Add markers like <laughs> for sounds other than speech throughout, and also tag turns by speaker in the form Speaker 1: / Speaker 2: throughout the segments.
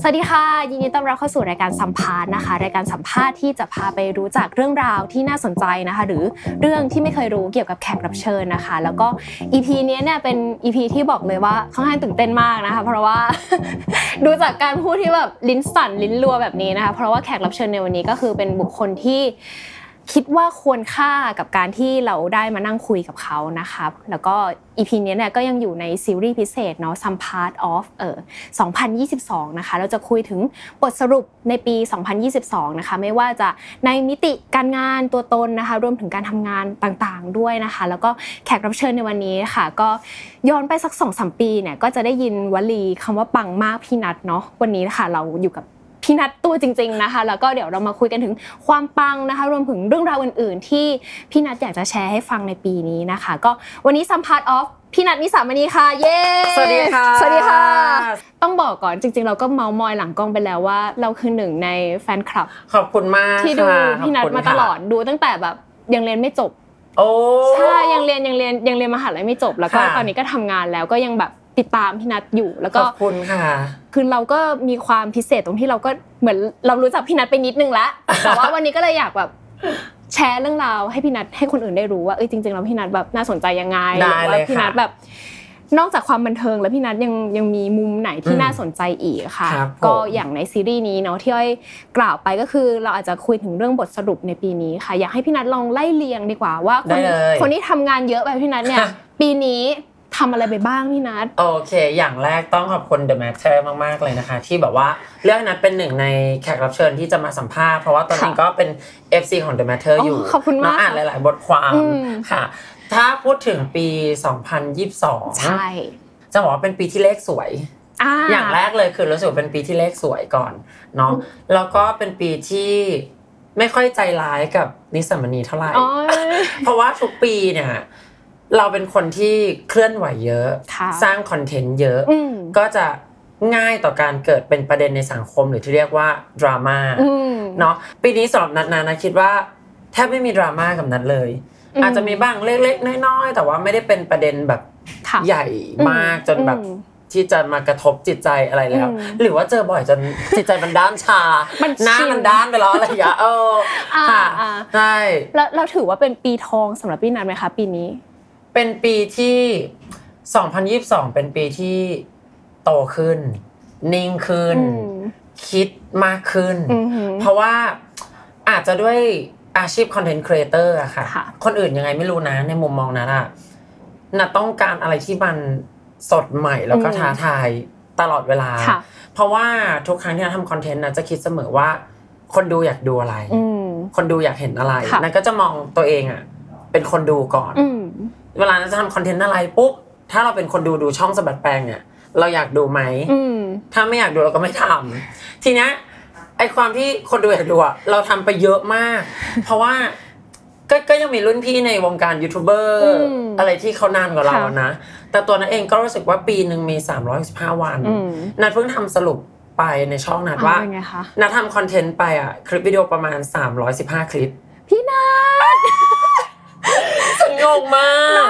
Speaker 1: สวัสดีค่ะ ยินดีต้อนรับเข้าสู่รายการสัมภาษณ์นะคะ รายการสัมภาษณ์ที่จะพาไปรู้จักเรื่องราวที่น่าสนใจนะคะ หรือเรื่องที่ไม่เคยรู้เกี่ยวกับแขกรับเชิญนะคะ แล้วก็ EP เนี้ยเนี่ยเป็น EP ที่บอกเลยว่าค่อนข้างตื่นเต้นมากนะคะ เพราะว่า <laughs> ดูจากการพูดที่แบบลิ้นสั่นลิ้นรัวแบบนี้นะคะ เพราะว่าแขกรับเชิญในวันนี้ก็คือเป็นบุคคลที่ คิดว่าควรค่ากับการที่เราได้มานั่งคุยกับเขานะคะ แล้วก็อีพีนี้ยเนี่ยก็ยังอยู่ในซีรีส์พิเศษเนาะ Some Part of เออ2022 นะคะ เราจะคุยถึงบทสรุปในปี 2022 นะคะ ไม่ว่าจะในมิติการงานตัวตนนะคะ รวมถึงการทำงานต่างๆด้วยนะคะ แล้วก็แขกรับเชิญในวันนี้ค่ะ ก็ย้อนไปสัก2อสปีเนี่ยก็จะได้ยินวลีคำว่าปังมากพี่นัทเนาะ วันนี้ค่ะเราอยู่กับ พี่นัทตัวจริง ๆนะคะ แล้วก็เดี๋ยวเรามาคุยกันถึงความปังนะคะ รวมถึงเรื่องราวอื่น ๆ ที่พี่นัทอยากจะแชร์ให้ฟังในปีนี้นะคะ ก็วันนี้สัมภาษณ์ออฟพี่นัทนิสามณีค่ะ เย้
Speaker 2: สวัสดีค่ะ
Speaker 1: สวัสดีค่ะ ต้องบอกก่อนจริง ๆ เราก็เมาส์มอยหลังกล้องไปแล้วว่า เราคือหนึ่งในแฟนคลับ
Speaker 2: ขอบคุณมาก
Speaker 1: ที่ดู
Speaker 2: ค่ะ
Speaker 1: พี่นัท
Speaker 2: ขบคุณ
Speaker 1: มาตลอดดูตั้งแต่แบบยังเรียนไม่จบ
Speaker 2: ค่ะโอ้
Speaker 1: ใช่ยังเรียนยังเรียนยังเรียนมหาลัยไม่จบ แล้วก็
Speaker 2: ค่ะ
Speaker 1: ตอนนี้ก็ทำงานแล้วก็ยังแบบติดตามพี่นัทอยู่แล้ว
Speaker 2: ข
Speaker 1: ก็
Speaker 2: อบคุณค่ะ
Speaker 1: คือเราก็มีความพิเศษตรงที่เราก็เหมือนเรารู้จักพี่นัทไปนิดนึงแล้ว แต่ว่าวันนี้ก็เลยอยากแบบ <laughs> แชร์เรื่องราวให้พี่นัทให้คนอื่นได้รู้ว่าเอ้ยจริงๆแล้วพี่นัทแบบน่าสนใจยังไงห
Speaker 2: ได้
Speaker 1: รื
Speaker 2: เล
Speaker 1: ว่าย
Speaker 2: ค่ะ
Speaker 1: พี่นัทแบบ นอกจากความบันเทิงแล้วพี่นัทยังยังมีมุมไหนที่
Speaker 2: อืม
Speaker 1: น่าสนใจอีกค่ะ
Speaker 2: ครับผม
Speaker 1: ก็อย่างในซีรีส์นี้เนาะที่อ้อยกล่าวไปก็คือเราอาจจะคุยถึงเรื่องบทสรุปในปีนี้ค่ะ อยากให้พี่นัทลองไล่เรียงดีกว่าว่าค
Speaker 2: ได้
Speaker 1: น
Speaker 2: เลย
Speaker 1: คนที่ทำงานเยอะแบบพี่นัทเนี่ย
Speaker 2: <laughs>
Speaker 1: ปีนี้ทำอะไรไปบ้างพี่นัท
Speaker 2: โอเค อย่างแรกต้องขอบคุณ The Matter มากๆเลยนะคะ ที่แบบว่าเรื่องนั้นเป็นหนึ่งในแขกรับเชิญที่จะมาสัมภาษณ์เพราะว่าตอนนี้
Speaker 1: ค่ะ
Speaker 2: ก็เป็น FC ของ The Matter
Speaker 1: โอ้
Speaker 2: อยู่
Speaker 1: ขอบคุณมาก
Speaker 2: เนะอ่านหลาย ๆ บทความ
Speaker 1: อืม
Speaker 2: ค่ะ ถ้าพูดถึงปี 2022
Speaker 1: ใช่
Speaker 2: จะบอกว่าเป็นปีที่เลขสวย
Speaker 1: อ่า
Speaker 2: อย่างแรกเลยคือรู้สึกว่าเป็นปีที่เลขสวยก่อนเนาะแล้วก็เป็นปีที่ไม่ค่อยใจร้ายกับนิสสัมมณีเท่าไหร่
Speaker 1: อ๋อ
Speaker 2: เพราะว่าทุกปีเนี่ยเราเป็นคนที่เคลื่อนไหวเยอะ
Speaker 1: ค่ะ
Speaker 2: สร้างคอนเทนต์เยอะ
Speaker 1: อืม
Speaker 2: ก็จะง่ายต่อการเกิดเป็นประเด็นในสังคมหรือที่เรียกว่าดราม่า
Speaker 1: อืม
Speaker 2: เนาะปีนี้สำหรับนัดนานะคิดว่าแทบไม่มีดราม่ากับนัดเลย
Speaker 1: อืม
Speaker 2: อาจจะมีบ้างเล็กๆน้อยๆแต่ว่าไม่ได้เป็นประเด็นแบบ
Speaker 1: ค่ะ
Speaker 2: ใหญ่มากจนแบบ
Speaker 1: อืม
Speaker 2: ที่จะมากระทบจิตใจอะไรแล้ว
Speaker 1: อืม
Speaker 2: หรือว่าเจอบ่อยจน <laughs> จิตใจมันด้านชา
Speaker 1: มัน
Speaker 2: หน้า
Speaker 1: ชิล
Speaker 2: มันด้านไปแล้วอะไรอย่างเงี้ยเออ
Speaker 1: อ่า
Speaker 2: ค่ะ
Speaker 1: อ่า
Speaker 2: ใช่
Speaker 1: แล้วเราถือว่าเป็นปีทองสำหรับพี่นันไหมคะ ปีนี้
Speaker 2: เป็นปีที่ 2022 เป็นปีที่โตขึ้น นิ่งขึ้น
Speaker 1: อืม
Speaker 2: คิดมากขึ้น
Speaker 1: อือหือ
Speaker 2: เพราะว่าอาจจะด้วยอาชีพคอนเทนต์ครีเอเตอร์อะค่ะ
Speaker 1: ค่ะ
Speaker 2: คนอื่นยังไงไม่รู้นะในมุมมองนั้นอะน่ะต้องการอะไรที่มันสดใหม่แล้วก็
Speaker 1: อืม
Speaker 2: ท้าทายตลอดเวลา
Speaker 1: ค่ะ
Speaker 2: เพราะว่าทุกครั้งที่เราทำคอนเทนต์นะจะคิดเสมอว่า คนดูอยากดูอะไร
Speaker 1: อืม
Speaker 2: คนดูอยากเห็นอะไร
Speaker 1: ค่ะ
Speaker 2: นั่นก็จะมองตัวเองอะเป็นคนดูก่อน
Speaker 1: อืม
Speaker 2: เวลาเราจะทำคอนเทนต์อะไรปุ๊บ ถ้าเราเป็นคนดูดูช่องสะบัดแปลงเนี่ย เราอยากดูไหม
Speaker 1: อืม
Speaker 2: ถ้าไม่อยากดูเราก็ไม่ทำ
Speaker 1: <laughs>
Speaker 2: ทีเนี้ยไอความที่คนดูอยากดูอะเราทำไปเยอะมาก เพราะว่าก็ก็ยังมีรุ่นพี่ในวงการยูทูบเบอร์
Speaker 1: อืม
Speaker 2: อะไรที่เขานานกว่าเรา
Speaker 1: ค่ะ
Speaker 2: นะ แต่ตัวนั้นเองก็รู้สึกว่าปีหนึ่งมี 315 วัน
Speaker 1: อืม
Speaker 2: นัดเพิ่งทำสรุปไปในช่องนัด
Speaker 1: อ่
Speaker 2: ว่า
Speaker 1: เป็นไงคะ
Speaker 2: นัดทำคอนเทนต์ไปอะคลิปวิดีโอประมาณ 315 คลิป
Speaker 1: พี่นัท
Speaker 2: ฉันงงมาก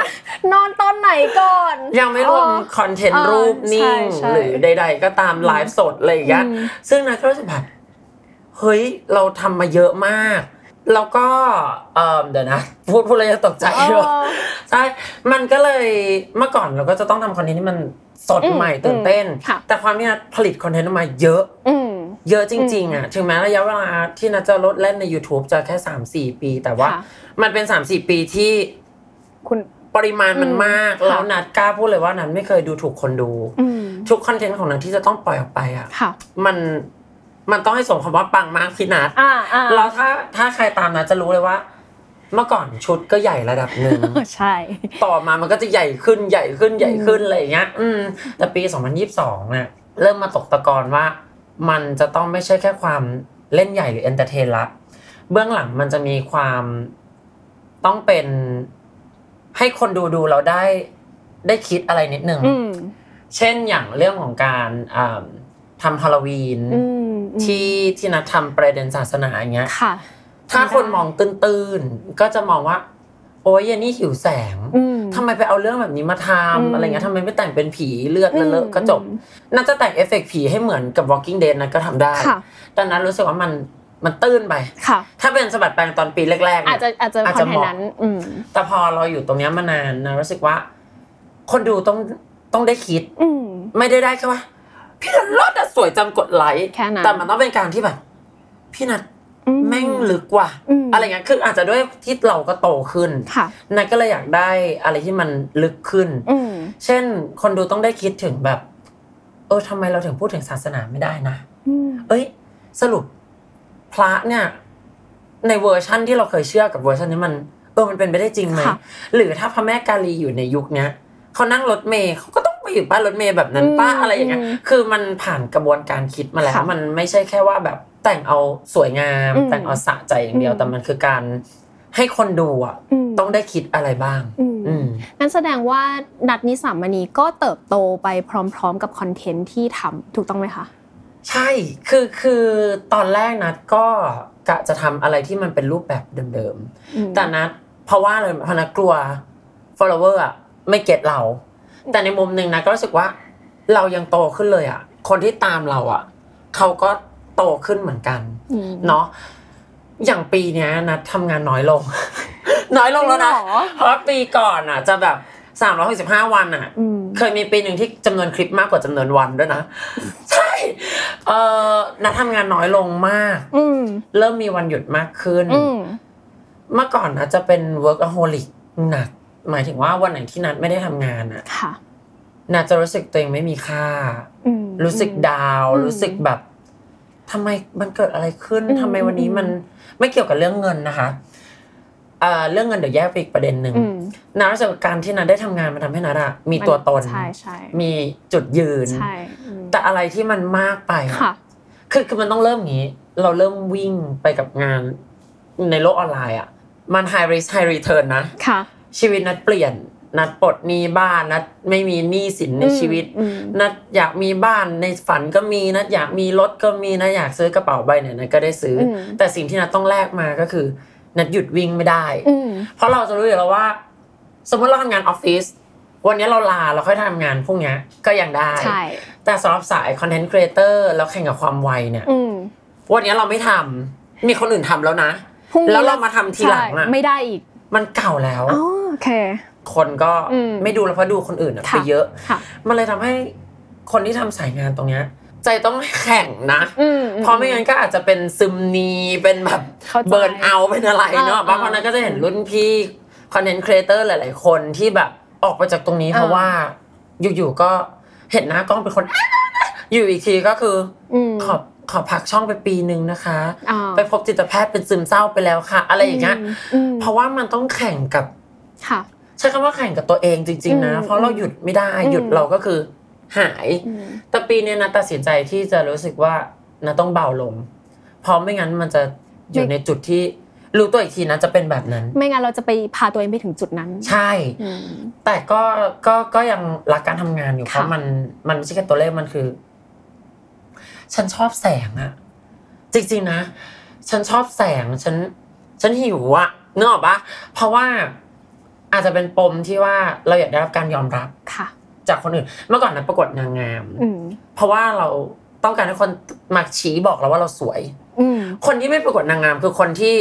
Speaker 1: นอนตอนไหนก่อน
Speaker 2: ยังไม่รวม
Speaker 1: อ๋อ
Speaker 2: คอนเทน
Speaker 1: อ๋
Speaker 2: ต์
Speaker 1: อ
Speaker 2: รูปนิ่ง
Speaker 1: ใช่ใช่
Speaker 2: หรือใดๆ ก็ตามไลฟ์สดอะไรอย่างเงี้ย
Speaker 1: อืม
Speaker 2: ซึ่งนัทก็รู้สึกแบบเฮ้ย เราทำมาเยอะมาก แล้วก็เอิ่มเดี๋ยวนะ พูดพูดเลยจะตกใจ
Speaker 1: เออ
Speaker 2: ด้วยใช่ มันก็เลยเมื่อก่อนเราก็จะต้องทำคอนเทนต์ที่มันสด
Speaker 1: อืม
Speaker 2: ใหม่ตื่นเต้น
Speaker 1: อืมค่ะ
Speaker 2: แต่ความที่นัทผลิตคอนเทนต์ออกมาเยอะ
Speaker 1: อืม
Speaker 2: เยอะจริง ๆ อ่ะ ถึงแม้ระยะเวลาที่นัทจะลดเล่นใน YouTube จะแค่ 3-4 ปี แต่ว่า
Speaker 1: ค่ะ
Speaker 2: มันเป็น 3-4 ปีที่
Speaker 1: คุณ
Speaker 2: ปริมาณมัน
Speaker 1: อืม
Speaker 2: มาก
Speaker 1: ค่ะ
Speaker 2: แล้วนัดกล้าพูดเลยว่านัดไม่เคยดูถูกคนดู
Speaker 1: อืม
Speaker 2: ทุกคอนเทนต์ของนัดที่จะต้องปล่อยออกไปอ่ะ
Speaker 1: ค่ะ
Speaker 2: มันมันต้องให้สมคำว่าปังมากพี่นัด
Speaker 1: อ่าอ่า
Speaker 2: แล้วถ้าถ้าใครตามนัดจะรู้เลยว่า เมื่อก่อนชุดก็ใหญ่ระดับหนึ่ง
Speaker 1: เออใช่
Speaker 2: ต่อมามันก็จะใหญ่ขึ้นใหญ่ขึ้นใหญ่ขึ้นอะไรอย่างเงี้ย อืม แต่ปี 2022เนี่ยเริ่มมาตกตะกอนว่า มันจะต้องไม่ใช่แค่ความเล่นใหญ่หรือเอนเตอร์เทนละเบื้องหลังมันจะมีความต้องเป็นให้คนดูดูเราได้ได้คิดอะไรนิดนึง
Speaker 1: อืม
Speaker 2: เช่นอย่างเรื่องของการอ่าทำฮาโลวีน
Speaker 1: อืม อืม
Speaker 2: ที่ที่นัดทำประเด็นศาสนาอย่างเงี้ย
Speaker 1: ค่ะ
Speaker 2: ถ้าคนมองตื้นๆก็จะมองว่า โอ้ยเยันนี่หิวแสง
Speaker 1: อืม
Speaker 2: ทำไมไปเอาเรื่องแบบนี้มาท
Speaker 1: อืม
Speaker 2: ำอะไรเงี้ยทำไมไม่แต่งเป็นผีเลือดเลอะๆก็จบ
Speaker 1: อืม
Speaker 2: น่าจะแต่งเอฟเฟกต์ผีให้เหมือนกับ Walking Dead นะก็ทำได้
Speaker 1: ค่ะ
Speaker 2: ดังนั้นรู้สึกว่ามันมันตื้นไป
Speaker 1: ค่ะ
Speaker 2: ถ้าเป็นสะบัดแปลงตอนปีแรก
Speaker 1: อา
Speaker 2: ๆเนี่
Speaker 1: จ
Speaker 2: ย
Speaker 1: จะอาจจะ
Speaker 2: อาจ
Speaker 1: คอ
Speaker 2: จะ
Speaker 1: นเท
Speaker 2: เห
Speaker 1: น
Speaker 2: มาะ
Speaker 1: ต์นั้น อืม
Speaker 2: แต่พอเราอยู่ตรงเนี้ยมานานนะรู้สึกว่า คนดูต้องต้องได้คิด
Speaker 1: อืม
Speaker 2: ไม่ได้ได้แค่ว่า พี่นัทรอดอะสวยจังกดไลค์
Speaker 1: แค่นั้น
Speaker 2: แต่มันต้องเป็นการที่แบบ พี่นัท
Speaker 1: อื
Speaker 2: แม่งลึกว่ะ
Speaker 1: อืม
Speaker 2: อะไรเงี้ยคืออาจจะด้วยที่เราก็โตขึ้น
Speaker 1: ค่ะ
Speaker 2: นายก็เลยอยากได้อะไรที่มันลึกขึ้น
Speaker 1: อืม
Speaker 2: เช่น คนดูต้องได้คิดถึงแบบ เออทำไมเราถึงพูดถึงศาสนาไม่ได้นะ
Speaker 1: อืม
Speaker 2: เอ้ย สรุปพระเนี่ย ในเวอร์ชั่นที่เราเคยเชื่อกับเวอร์ชันนี้มัน เออมันเป็นไปได้จริงไหม
Speaker 1: ค่ะ
Speaker 2: หรือถ้าพระแม่กาลีอยู่ในยุคเนี้ยเขานั่งรถเมย์เขาก็ต้องไปอยู่บ้านรถเมย์แบบนั้นป้า
Speaker 1: อืม
Speaker 2: อะไรอย่างเงี้ย
Speaker 1: อืม
Speaker 2: คือมันผ่านกระบวนการคิดมาแล้ว
Speaker 1: ค่ะ
Speaker 2: มันไม่ใช่แค่ว่าแบบแต่งเอาสวยงาม
Speaker 1: อืม
Speaker 2: แต่งเอาสะใจอย่างเดียว
Speaker 1: อืม
Speaker 2: แต่มันคือการให้คนดูอ่ะ
Speaker 1: อืม
Speaker 2: ต้องได้คิดอะไรบ้าง
Speaker 1: อืม
Speaker 2: อืม
Speaker 1: นั่นแสดงว่านัดนิสามมณีก็เติบโตไปพร้อมๆ กับคอนเทนต์ที่ทำถูกต้องไหมคะ
Speaker 2: ใช่ คือ คือ ตอนแรกนัดก็กะจะทำอะไรที่มันเป็นรูปแบบเดิม
Speaker 1: อืม
Speaker 2: ๆ แต่นัดเพราะว่าอะไรเพราะนัดกลัว follower อะไม่เก็ตเรา แต่ในมุมหนึ่งนะก็รู้สึกว่า เรายังโตขึ้นเลยอะคนที่ตามเราอะเขาก็โตขึ้นเหมือนกัน
Speaker 1: อืม
Speaker 2: เนาะ อย่างปีเนี้ยนัดทำงานน้อยลง <laughs> น้อยลงแล้วนะ
Speaker 1: จริงเหรอ
Speaker 2: เพราะปีก่อนอะจะแบบ365วันอะ
Speaker 1: อืม
Speaker 2: เคยมีปีหนึ่งที่จำนวนคลิปมากกว่าจำนวนวันด้วยนะ <laughs> ใช่ เอ่อนัดทำงานน้อยลงมาก
Speaker 1: อืม
Speaker 2: เริ่มมีวันหยุดมากขึ้น
Speaker 1: อืม
Speaker 2: เมื่อก่อนนะจะเป็น workaholic หนัก หมายถึงว่าวันไหนที่นัดไม่ได้ทำงานอะ
Speaker 1: ค่ะ
Speaker 2: นัดจะรู้สึกตัวเองไม่มีค่า
Speaker 1: อืม
Speaker 2: รู้สึกดาวน์
Speaker 1: อืม
Speaker 2: รู้สึกแบบทำไมมันเกิดอะไรขึ้น
Speaker 1: อืม
Speaker 2: ทำไมวันนี้มันไม่เกี่ยวกับเรื่องเงินนะคะเอ่อเรื่องเงินเดี๋ยวแยกไปอีกประเด็นหนึ่ง
Speaker 1: อืม
Speaker 2: นัดรู้สึกว่าการที่นัดได้ทำงานมันทำให้นัดอะมีตัวตน
Speaker 1: ใช่ใช่
Speaker 2: มีจุดยืน
Speaker 1: ใช่อืม
Speaker 2: แต่อะไรที่มันมากไปอะ
Speaker 1: ค่ะ
Speaker 2: คือคือมันต้องเริ่มอย่างนี้ เราเริ่มวิ่งไปกับงานในโลกออนไลน์อ่ะ มัน high risk high return นะ
Speaker 1: ค่ะ
Speaker 2: ชีวิตนัดเปลี่ยน นัดปลดหนี้บ้านนัดไม่มีหนี้สินในชีวิต
Speaker 1: อืม
Speaker 2: นัดอยากมีบ้านในฝันก็มีนัดอยากมีรถก็มีนัดอยากซื้อกระเป๋าใบไหนนัดก็ได้ซื้ออ
Speaker 1: อืม
Speaker 2: แต่สิ่งที่นัดต้องแลกมาก็คือ นัดหยุดวิ่งไม่ได้
Speaker 1: อืม
Speaker 2: เพราะเราจะรู้อยู่แล้วว่า สมมติเราทำงานออฟฟิศวันนี้เราลาเราค่อยทำงานพรุ่งนี้ก็ยังได้
Speaker 1: ใช่
Speaker 2: แต่สำหรับสายคอนเทนต์ครีเอเตอร์แล้วแข่งกับความไวเนี่ย
Speaker 1: อืม
Speaker 2: วันนี้เราไม่ทำมีคนอื่นทำแล้วนะ
Speaker 1: พรุ่งนี้
Speaker 2: แล้วเรามาทำทีหลัง
Speaker 1: ใช่
Speaker 2: อ่ะ
Speaker 1: ไม่ได้อีก
Speaker 2: มันเก่าแล้ว
Speaker 1: อ๋อโอเค
Speaker 2: คนก็
Speaker 1: อืม
Speaker 2: ไม่ดูแล้วเพราะดูคนอื่นอะ
Speaker 1: ค่ะ
Speaker 2: ไปเยอะ
Speaker 1: ค่ะ
Speaker 2: มันเลยทำให้คนที่ทำสายงานตรงเนี้ย ใจต้องแข็งนะ
Speaker 1: อืม
Speaker 2: เพราะไม่งั้นก็อาจจะเป็นซึมนีเป็นแบบ
Speaker 1: เข้าใจ
Speaker 2: เบิร์นเอาท์เป็นอะไรเนาะ
Speaker 1: อ่า
Speaker 2: บางคนนั้นก็จะเห็นรุ่นพี่คอนเทนต์ครีเอเตอร์หลาย ๆ คนที่แบบออกไปจากตรงนี้
Speaker 1: อ่า
Speaker 2: เพราะว่า อยู่ ๆ ก็เห็นหน้ากล้องเป็นคน <laughs> อยู่อีกทีก็คือ
Speaker 1: ม
Speaker 2: ขอขอพักช่องไปปีหนึ่งนะคะ
Speaker 1: อ่า
Speaker 2: ไปพบจิตแพทย์เป็นซึมเศร้าไปแล้วค่ะ อะไรอย่างเงี้ย
Speaker 1: มอืม
Speaker 2: เพราะว่ามันต้องแข่งกับ
Speaker 1: ค่ะ
Speaker 2: ใช้คำว่าแข่งกับตัวเองจริง ๆ นะ
Speaker 1: อืม
Speaker 2: เพราะเราหยุดไม่ได้
Speaker 1: อืม
Speaker 2: หยุดเราก็คือหาย
Speaker 1: อืม
Speaker 2: แต่ปีเนี้ยนะตัดสินใจที่จะรู้สึกว่านะต้องเบาลง เพราะไม่งั้นมันจะอยู่
Speaker 1: ไม่
Speaker 2: ในจุดที่รู้ตัวอีกทีนะจะเป็นแบบนั้น
Speaker 1: ไม่งั้นเราจะไปพาตัวเองไปถึงจุดนั้น
Speaker 2: ใช่
Speaker 1: อืม
Speaker 2: แต่ก็ก็ก็ยังรักการทำงานอยู่เพ
Speaker 1: ค่ะ
Speaker 2: ราะมันมันไม่ใช่แค่ตัวเลขมันคือ ฉันชอบแสงอะจริงๆนะ ฉันชอบแสงฉัน ฉันหิวอะนึกออกปะเพราะว่าอาจจะเป็นปมที่ว่าเราอยากได้รับการยอมรับ
Speaker 1: ค่ะ
Speaker 2: จากคนอื่น เมื่อก่อนนะประกวดนางงาม
Speaker 1: อืม
Speaker 2: เพราะว่าเราต้องการให้คนมาชี้บอกเราว่าเราสวย
Speaker 1: อืม
Speaker 2: คนที่ไม่ประกวดนางงามคือคนที่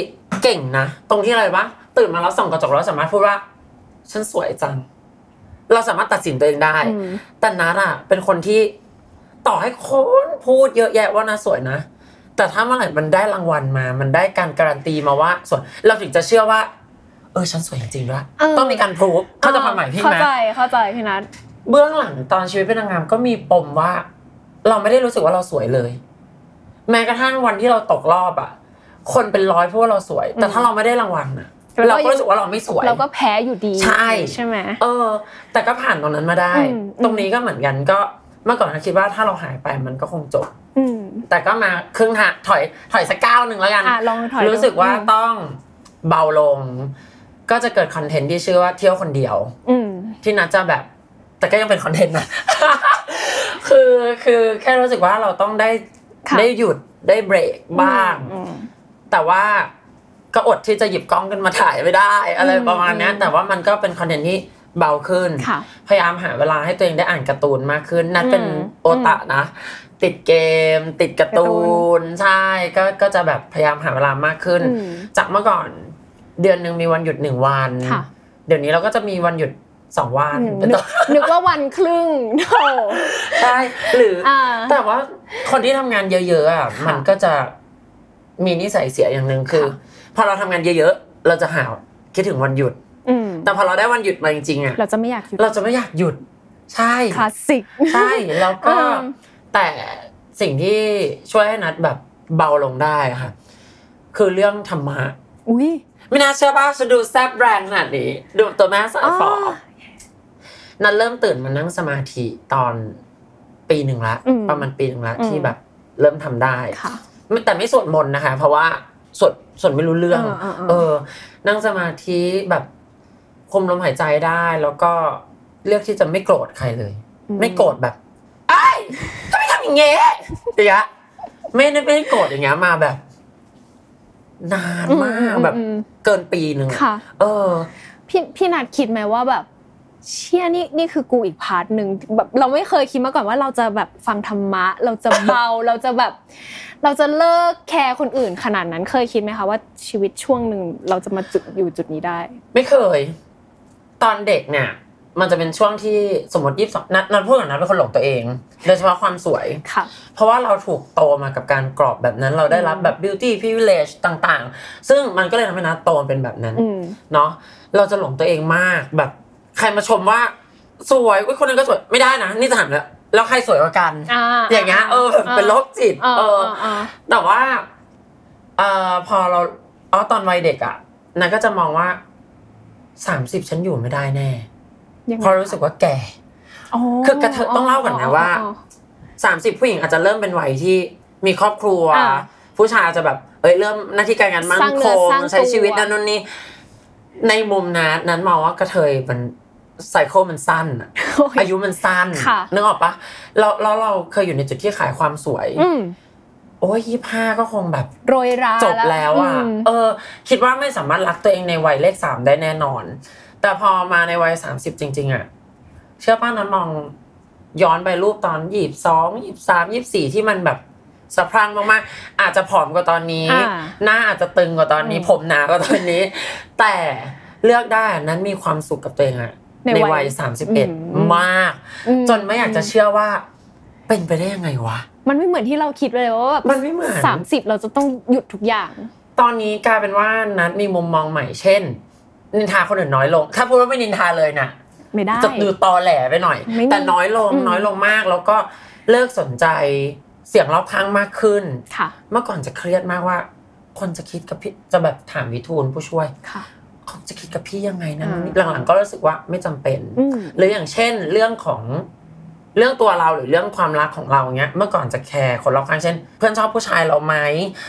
Speaker 2: เก่งนะ ตรงที่อะไรวะตื่นมาแล้วส่องกระจกแล้วสามารถพูดว่า ฉันสวยจัง เราสามารถตัดสินตัวเองได้
Speaker 1: อืม
Speaker 2: แต่นัทอะเป็นคนที่ต่อให้คนพูดเยอะแยะว่านาสวยนะ แต่ถ้าเมื่อไหร่มันได้รางวัลมา มันได้การการันตีมาว่าสวยเราถึงจะเชื่อว่า เออฉันสวยจริงๆด้วย
Speaker 1: เออ
Speaker 2: ต้องมีการพูดเข้าใจความหมายพี่
Speaker 1: เข้า
Speaker 2: ไหม
Speaker 1: ใจเข้าใจพี่นัท
Speaker 2: เบื้องหลังตอนชีวิตเป็นนางงามก็มีปมว่า เราไม่ได้รู้สึกว่าเราสวยเลย แม้กระทั่งวันที่เราตกรอบอ่ะ คนเป็นร้อยพูดว่าเราสวย แต่
Speaker 1: อืม
Speaker 2: ถ้าเราไม่ได้รางวัลอ่ะ
Speaker 1: แล้
Speaker 2: เรา
Speaker 1: ว
Speaker 2: ก็รู้สึกว่าเราไม่สวย
Speaker 1: เราก็แพ้อยู่ดี
Speaker 2: ใช่
Speaker 1: ใช่ไหม
Speaker 2: เออ แต่ก็ผ่านตรงนั้นมาได้
Speaker 1: อืมอืม
Speaker 2: ตรงนี้ก็เหมือนกันก็เมื่อก่อนเราคิดว่าถ้าเราหายไปมันก็คงจบ
Speaker 1: อืม
Speaker 2: แต่ก็มาครึ่งทางถอยถอยสักก้าวหนึ่งแล้วกัน
Speaker 1: อ่ะลองถอยดู
Speaker 2: รู้สึกว่า
Speaker 1: อ
Speaker 2: ต้องเบาลง ก็จะเกิดคอนเทนต์ที่ชื่อว่าเที่ยวคนเดียว
Speaker 1: อืม
Speaker 2: ที่นัดจะแบบ <laughs> แต่ก็ยังเป็นคอนเทนต์นะ คือคือแค่รู้สึกว่าเราต้องได้
Speaker 1: ค่ะ
Speaker 2: ได้หยุดได้เบรกบ้าง
Speaker 1: อืม
Speaker 2: แต่ว่าก็อดที่จะหยิบกล้องขึ้นมาถ่ายไม่ได้ อะไร
Speaker 1: อืม
Speaker 2: ประมาณเนี้ย
Speaker 1: อืม
Speaker 2: แต่ว่ามันก็เป็นคอนเทนต์ที่เบาขึ้น
Speaker 1: ค่ะ
Speaker 2: พยายามหาเวลาให้ตัวเองได้อ่านการ์ตูนมากขึ้น นัดเป็น
Speaker 1: อืม
Speaker 2: โอตะนะ ติดเกม ติดการ์ตู
Speaker 1: การ์ตู
Speaker 2: นใช่ก็ก็จะแบบพยายามหาเวลามากขึ้น
Speaker 1: อืม
Speaker 2: จากเมื่อก่อนเดือนหนึ่งมีวันหยุดหนึ่งวัน
Speaker 1: ค่ะ
Speaker 2: เดี๋ยวนี้เราก็จะมีวันหยุดสองวัน
Speaker 1: อืม
Speaker 2: เป็น
Speaker 1: นึ
Speaker 2: ต้
Speaker 1: ก
Speaker 2: น
Speaker 1: นึกว่าวันครึ่ง <laughs> โถ
Speaker 2: ใช่หรืออ
Speaker 1: อ่า
Speaker 2: แต่ว่าคนที่ทำงานเยอะๆอ่ะ
Speaker 1: ค่ะ
Speaker 2: มันก็จะมีนิสัยเสียอย่างหนึ่งคือ
Speaker 1: ค่ะ
Speaker 2: พอเราทำงานเยอะๆเราจะหาคิดถึงวันหยุด
Speaker 1: อืม
Speaker 2: แต่พอเราได้วันหยุดมาจริงๆอ่ะ
Speaker 1: เราจะไม่อยากหยุด
Speaker 2: เราจะไม่อยากหยุด ใช่
Speaker 1: คลาสสิก
Speaker 2: ใช่แล้วก็
Speaker 1: อืม
Speaker 2: แต่สิ่งที่ช่วยให้นัดแบบเบาลงได้อะค่ะ คือเรื่องธรรมะ
Speaker 1: อุ้ย
Speaker 2: ไม่น่าเชื่อป่ะฉันดูแซบแบรนด์ขนาดนี้ ดูตัวแม่สายฝออนัดเริ่มตื่นมานั่งสมาธิตอนปีหนึ่งละ
Speaker 1: อืม
Speaker 2: ประมาณปีหนึ่งละ
Speaker 1: อืม
Speaker 2: ที่แบบเริ่มทำได้
Speaker 1: ค่ะ
Speaker 2: ไม่แต่ไม่สวดมนต์นะคะ เพราะว่าสวดสวดไม่รู้เรื่อง
Speaker 1: เออเออเออ
Speaker 2: เออ นั่งสมาธิแบบคุมลมหายใจได้ แล้วก็เลือกที่จะไม่โกรธใครเลย ไม่โกรธแบบไอ้ายทำไมทำอย่างเงี้ยเตียไม่ได้ไม่ได้โกรธอย่างเงี้ยมาแบบ นานมาก
Speaker 1: อืม
Speaker 2: แบบ
Speaker 1: อืม
Speaker 2: เกินปีหนึ่งอะ
Speaker 1: ค่ะ
Speaker 2: เออ
Speaker 1: พี่พี่นัดคิดไหมว่าแบบ เชี่ยนี่นี่คือกูอีกพาร์ทหนึ่งแบบเราไม่เคยคิดมาก่อนว่าเราจะแบบฟังธรรมะ เราจะเบา <laughs> เราจะแบบ เราจะเลิกแคร์คนอื่นขนาดนั้นเคยคิดไหมคะว่าชีวิตช่วงหนึ่งเราจะมาจุดอยู่จุดนี้ได้
Speaker 2: ไม่เคย ตอนเด็กเนี่ย มันจะเป็นช่วงที่สมมติยี่สิบนัดนัดพูดกับนัดเป็นคนหลงตัวเอง โดยเฉพาะความสวย
Speaker 1: ค่ะ
Speaker 2: เพราะว่าเราถูกโตมากับการกรอบแบบนั้น เราได้รับแบบ beauty privilege ต่างๆ ซึ่งมันก็เลยทำให้นัดโตมาเป็นแบบนั้น
Speaker 1: อืม
Speaker 2: เนาะเราจะหลงตัวเองมากแบบ ใครมาชมว่า สวยอุ๊ยคนนั้นก็สวยไม่ได้นะ นี่จะถามแล้วแล้วใครสวยกว่ากัน
Speaker 1: อ่า
Speaker 2: อย่างเงี้ยเออแบบเป็นโรคจิต
Speaker 1: เออ
Speaker 2: เออ
Speaker 1: เออ
Speaker 2: แต่ว่าเอ่อพอเราอ๋อตอนวัยเด็กอ่ะนายก็จะมองว่าสามสิบฉันอยู่ไม่ได้แน่
Speaker 1: ยังไง
Speaker 2: เพราะรู้สึกว่าแก่ คือกระเทยต้องเล่าก่อนนะว่า
Speaker 1: อ๋อ
Speaker 2: สามสิบผู้หญิงอาจจะเริ่มเป็นวัยที่มีครอบครัว
Speaker 1: อ่า
Speaker 2: ผู้ชายอาจจะแบบเอ้ยเริ่มหน้าที่การงานมั่
Speaker 1: ส
Speaker 2: น
Speaker 1: ร้างเนื้
Speaker 2: ค
Speaker 1: อง สร้างตัว
Speaker 2: ใช้ชีวิตนั่นนู่นนี่ในมุมนั้นนั้นมองว่ากระเทยมันไซเคิลมันสั้นอะ
Speaker 1: โอ้
Speaker 2: อายุมันสั้น
Speaker 1: ค่ะ
Speaker 2: นึกออกปะเราเราเราเคยอยู่ในจุดที่ขายความสวย
Speaker 1: อืม
Speaker 2: โอ้ยยี่ห้าก็คงแบบ
Speaker 1: โรยรา
Speaker 2: จบแล้วอ่ะ
Speaker 1: ม
Speaker 2: เออ คิดว่าไม่สามารถรักตัวเองในวัยเลขสามได้แน่นอน แต่พอมาในวัยสามสิบจริง ๆ อ่ะ เชื่อป้านั้นมองย้อนไปรูปตอนยี่สองยี่สามยี่สี่ที่มันแบบสะพรังมากๆ อาจจะผอมกว่าตอนนี้
Speaker 1: อ่า
Speaker 2: หน้าอาจจะตึงกว่าตอนนี้
Speaker 1: อืม
Speaker 2: ผมหนากว่าตอน
Speaker 1: <laughs>
Speaker 2: นี้ แต่เลือกได้อะนั้นมีความสุขกับตัวเองอะ
Speaker 1: ในวัย
Speaker 2: วัยสามสิบเอ็ด
Speaker 1: อืม
Speaker 2: มาก จนไม่อยากจะเชื่อว่า เป็นไปได้ยังไงวะ
Speaker 1: มันไม่เหมือนที่เราคิดไว้เลยว่าแบบ
Speaker 2: มันไม่เหมือน
Speaker 1: สามสิบเราจะต้องหยุดทุกอย่าง
Speaker 2: ตอนนี้กลายเป็นว่านัดมีมุมมองใหม่เช่น นินทาคนอื่นน้อยลง ถ้าพูดว่าไม่นินทาเลยนะ
Speaker 1: ไม่ได้
Speaker 2: จะดูตอแหลไปหน่อย
Speaker 1: ไม่มี
Speaker 2: แต่น้อยลง
Speaker 1: อืม
Speaker 2: น้อยลงมากแล้วก็เลิกสนใจเสียงรอบข้างมากขึ้น
Speaker 1: ค่ะ
Speaker 2: เมื่อก่อนจะเครียดมากว่า คนจะคิดกับพี่จะแบบถามวิทูลผู้ช่วย
Speaker 1: ค่ะ
Speaker 2: เขาจะคิดกับพี่ยังไงนะ
Speaker 1: อ่า
Speaker 2: หลังๆก็รู้สึกว่าไม่จำเป็น
Speaker 1: อืม
Speaker 2: หรืออย่างเช่นเรื่องของเรื่องตัวเราหรือเรื่องความรักของเราเนี้ย เมื่อก่อนจะแคร์คนรอบข้างเช่น เพื่อนชอบผู้ชายเราไหม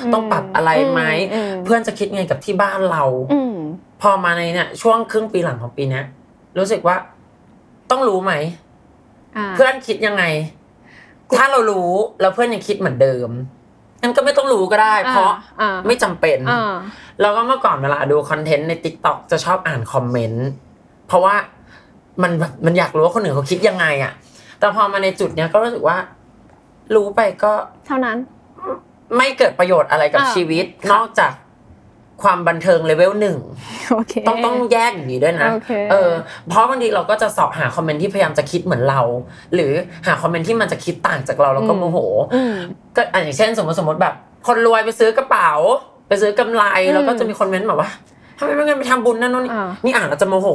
Speaker 1: อืม
Speaker 2: ต้องปรับอะไรไหม
Speaker 1: อืมอืม
Speaker 2: เพื่อนจะคิดไงกับที่บ้านเรา
Speaker 1: อืม
Speaker 2: พอมาในเนี่ยช่วงครึ่งปีหลังของปีเนี้ยรู้สึกว่าต้องรู้ไหม
Speaker 1: อ่า
Speaker 2: เพื่อนคิดยังไง ถ้าเรารู้แล้วเพื่อนยังคิดเหมือนเดิมงั้นก็ไม่ต้องรู้ก็ได้
Speaker 1: อ่า
Speaker 2: เพราะ
Speaker 1: อ่า
Speaker 2: ไม่จำเป็น
Speaker 1: อ่า
Speaker 2: แล้วก็เมื่อก่อนเวลาดูคอนเทนต์ใน t ิ k t o k จะชอบอ่านคอมเมนต์ เพราะว่ามันแบบมันอยากรู้ว่าคนอื่นเขาคิดยังไงอะแต่พอมาในจุดเนี้ยก็รู้สึกว่า รู้ไปก็
Speaker 1: เท่านั้น <laughs>
Speaker 2: ไม่เกิดประโยชน์อะไรกับ
Speaker 1: อ่า
Speaker 2: ชีวิต นอกจากความบันเทิงเลเวลหนึ่ง
Speaker 1: โอเค
Speaker 2: ต้องต้องแยกอย่างนี้ด้วยนะ
Speaker 1: โอเค
Speaker 2: อเพราะบางทีเราก็จะเสอบหาคอมเมนต์ที่พยายามจะคิดเหมือนเรา หรือหาคอมเมนต์ที่มันจะคิดต่างจากเราแล้วก็โมโห
Speaker 1: อืม
Speaker 2: ก็อ่ะอย่างเช่นสมมติสมมติแบบ คนรวยไปซื้อกระเป๋า ไปซื้อกำไร
Speaker 1: อืม
Speaker 2: แล้วก็จะมีคนเม้นต์แบบว่าทำไมไม่เงินไปทำบุญนั่นนู่นนี่
Speaker 1: อ่า
Speaker 2: นี่อ่านแล้วจะโมโห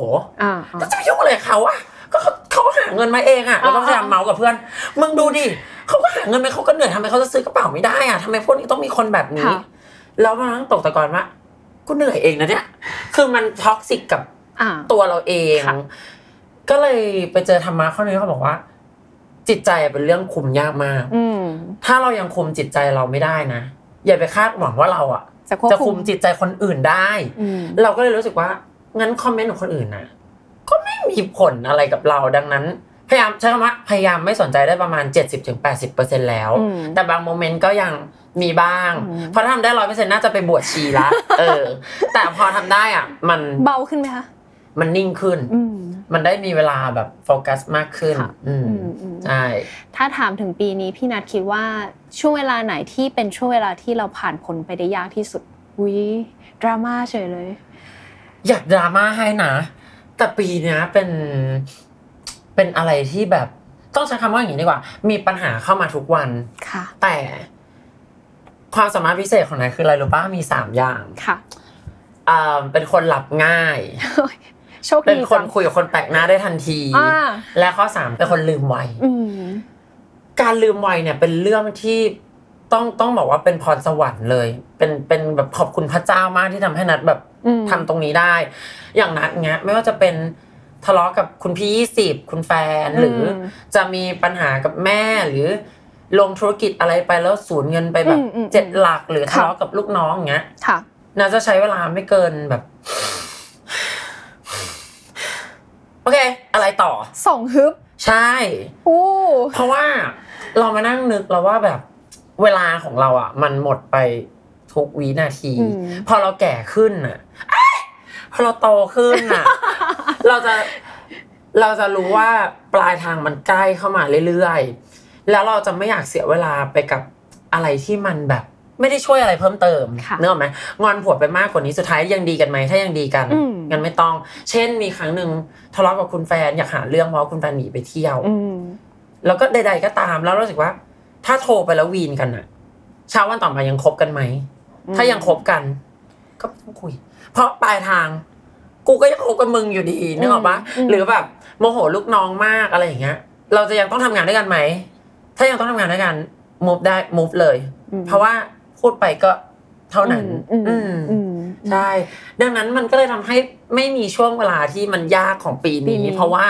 Speaker 1: อ่าอ่า
Speaker 2: ก็จะไปยุ่งอะไรกับเขาอ่ะก็เขาเขาหาเงินมาเองอ่ะแล้วก็
Speaker 1: อ่า
Speaker 2: พยายามเมาส์กับเพื่อนมึงดูดิเขาก็หาเงินไปเขาก็เหนื่อยทำไมเขาจะซื้อกระเป๋าไม่ได้อ่ะทำไมพวกนี้ต้องมีคนแบบนี้
Speaker 1: ค่ะ
Speaker 2: แล้วมันนั่งตกตะกอนว่ากูเหนื่อยเองนะเนี่ยคือมันท็อกซิกกับ
Speaker 1: อ่า
Speaker 2: ตัวเราเอง
Speaker 1: ค่ะ
Speaker 2: ก็เลยไปเจอธรรมะข้อนี้เขาบอกว่า จิตใจเป็นเรื่องคุมยากมาก
Speaker 1: อืม
Speaker 2: ถ้าเรายังคุมจิตใจเราไม่ได้นะ อย่าไปคาดหวังว่าเราอ่ะ
Speaker 1: จะควบ
Speaker 2: จะ
Speaker 1: คุ
Speaker 2: คุ
Speaker 1: ม
Speaker 2: มจิตใจคนอื่นได้
Speaker 1: อืม
Speaker 2: เราก็เลยรู้สึกว่างั้นคอมเมนต์ของคนอื่นนะก็ไม่มีผลอะไรกับเราดังนั้น พยายามใช้คำว่าพยายามไม่สนใจได้ประมาณ 70-80%แล้ว
Speaker 1: อืม
Speaker 2: แต่บางโมเมนต์ก็ยังมีบ้าง
Speaker 1: อืม
Speaker 2: เพราะถ้าทำได้ร้อยเปอร์เซ็นต์น่าจะไปบวชชี
Speaker 1: <laughs>
Speaker 2: ละ เออ แต่พอทำได้อ่ะ มัน
Speaker 1: เบาขึ้นไหมคะ
Speaker 2: มันนิ่งขึ้น
Speaker 1: อืม
Speaker 2: มันได้มีเวลาแบบโฟกัสมากขึ้น
Speaker 1: ค่ะ
Speaker 2: อืม
Speaker 1: อืมอืม
Speaker 2: ใช่
Speaker 1: ถ้าถามถึงปีนี้พี่นัดคิดว่าช่วงเวลาไหนที่เป็นช่วงเวลาที่เราผ่านพ้นไปได้ยากที่สุดอุ้ยดราม่าเฉยเลย
Speaker 2: อยากดราม่าให้นะ แต่ปีเนี้ยเป็น เป็นอะไรที่แบบ ต้องใช้คำว่าอย่างนี้ดีกว่า มีปัญหาเข้ามาทุกวัน
Speaker 1: ค่ะ
Speaker 2: แต่ความสามารถพิเศษของนายคืออะไรรู้ป่ะมีสามอย่าง
Speaker 1: ค่ะ
Speaker 2: อ่าเป็นคนหลับง่าย
Speaker 1: โอ้ยโชค
Speaker 2: เป็น
Speaker 1: ดี
Speaker 2: คน
Speaker 1: จัง
Speaker 2: คุยกับคนแปลกหน้าได้ทันที
Speaker 1: อ่า
Speaker 2: และข้อสามเป็นคนลืมไว
Speaker 1: อืม
Speaker 2: การลืมไวเนี่ยเป็นเรื่องที่ต้องต้องบอกว่าเป็นพรสวรรค์เลย เป็นเป็นแบบขอบคุณพระเจ้ามากที่ทำให้นัดแบบ
Speaker 1: อืม
Speaker 2: ทำตรงนี้ได้ อย่างนัดเงี้ยไม่ว่าจะเป็นทะเลาะกับคุณพี่ยี่สิบคุณแฟนหรืออจะมีปัญหากับแม่หรือ ลงธุรกิจอะไรไปแล้วสูญเงินไปแบบ
Speaker 1: อืมอืม
Speaker 2: เจ็ดหลักหรือ
Speaker 1: ค่ะ
Speaker 2: ทะเลาะกับลูกน้องอย่างเงี้ย
Speaker 1: ค่ะ
Speaker 2: น่าจะใช้เวลาไม่เกินแบบ โอเค อะไรต่อ
Speaker 1: ส่งฮึบ
Speaker 2: ใช่
Speaker 1: อู้
Speaker 2: เพราะว่าเรามานั่งนึกแล้วว่าแบบเวลาของเราอ่ะ มันหมดไปทุกวินาที
Speaker 1: อืม
Speaker 2: พอเราแก่ขึ้นอ่ะเอ้ยพอเราโตขึ้น
Speaker 1: <laughs>
Speaker 2: อ่ะ เราจะเราจะรู้ว่าปลายทางมันใกล้เข้ามาเรื่อยๆ แล้วเราจะไม่อยากเสียเวลาไปกับอะไรที่มันแบบ ไม่ได้ช่วยอะไรเพิ่มเติม
Speaker 1: ค่ะ
Speaker 2: เนกอะไหมงอนผัวไปมากกว่านี้สุดท้ายยังดีกันไหมถ้ายังดีกัน
Speaker 1: อืม
Speaker 2: งั้นไม่ต้อง เช่นมีครั้งหนึ่งทะเลาะกับคุณแฟนอยากหาเรื่องเพราะคุณแฟนหนีไปเที่ยว
Speaker 1: อืม
Speaker 2: แล้วก็ใด ๆ ก็ตามแล้วรู้สึกว่า ถ้าโทรไปแล้ววีนกันอะเช้าวันต่อมายังคบกันไหม
Speaker 1: อืม
Speaker 2: ถ้ายังคบกัน ก็ไม่ต้องคุย เพราะปลายทาง กูก็ยังคบกับมึงอยู่ดีนึกออกปะ
Speaker 1: อืม
Speaker 2: หรือแบบโมโหลูกน้องมากอะไรอย่างเงี้ย เราจะยังต้องทำงานด้วยกันไหม ถ้ายังต้องทำงานด้วยกันมูฟได้มูฟเลย
Speaker 1: อืม
Speaker 2: เพราะว่าพูดไปก็เท่านั้น
Speaker 1: อืมอืม
Speaker 2: อื
Speaker 1: อื
Speaker 2: ม
Speaker 1: ม
Speaker 2: ใช่ ดังนั้นมันก็เลยทำให้ไม่มีช่วงเวลาที่มันยากของปี
Speaker 1: ปี
Speaker 2: นี้
Speaker 1: นี้
Speaker 2: เพราะว่า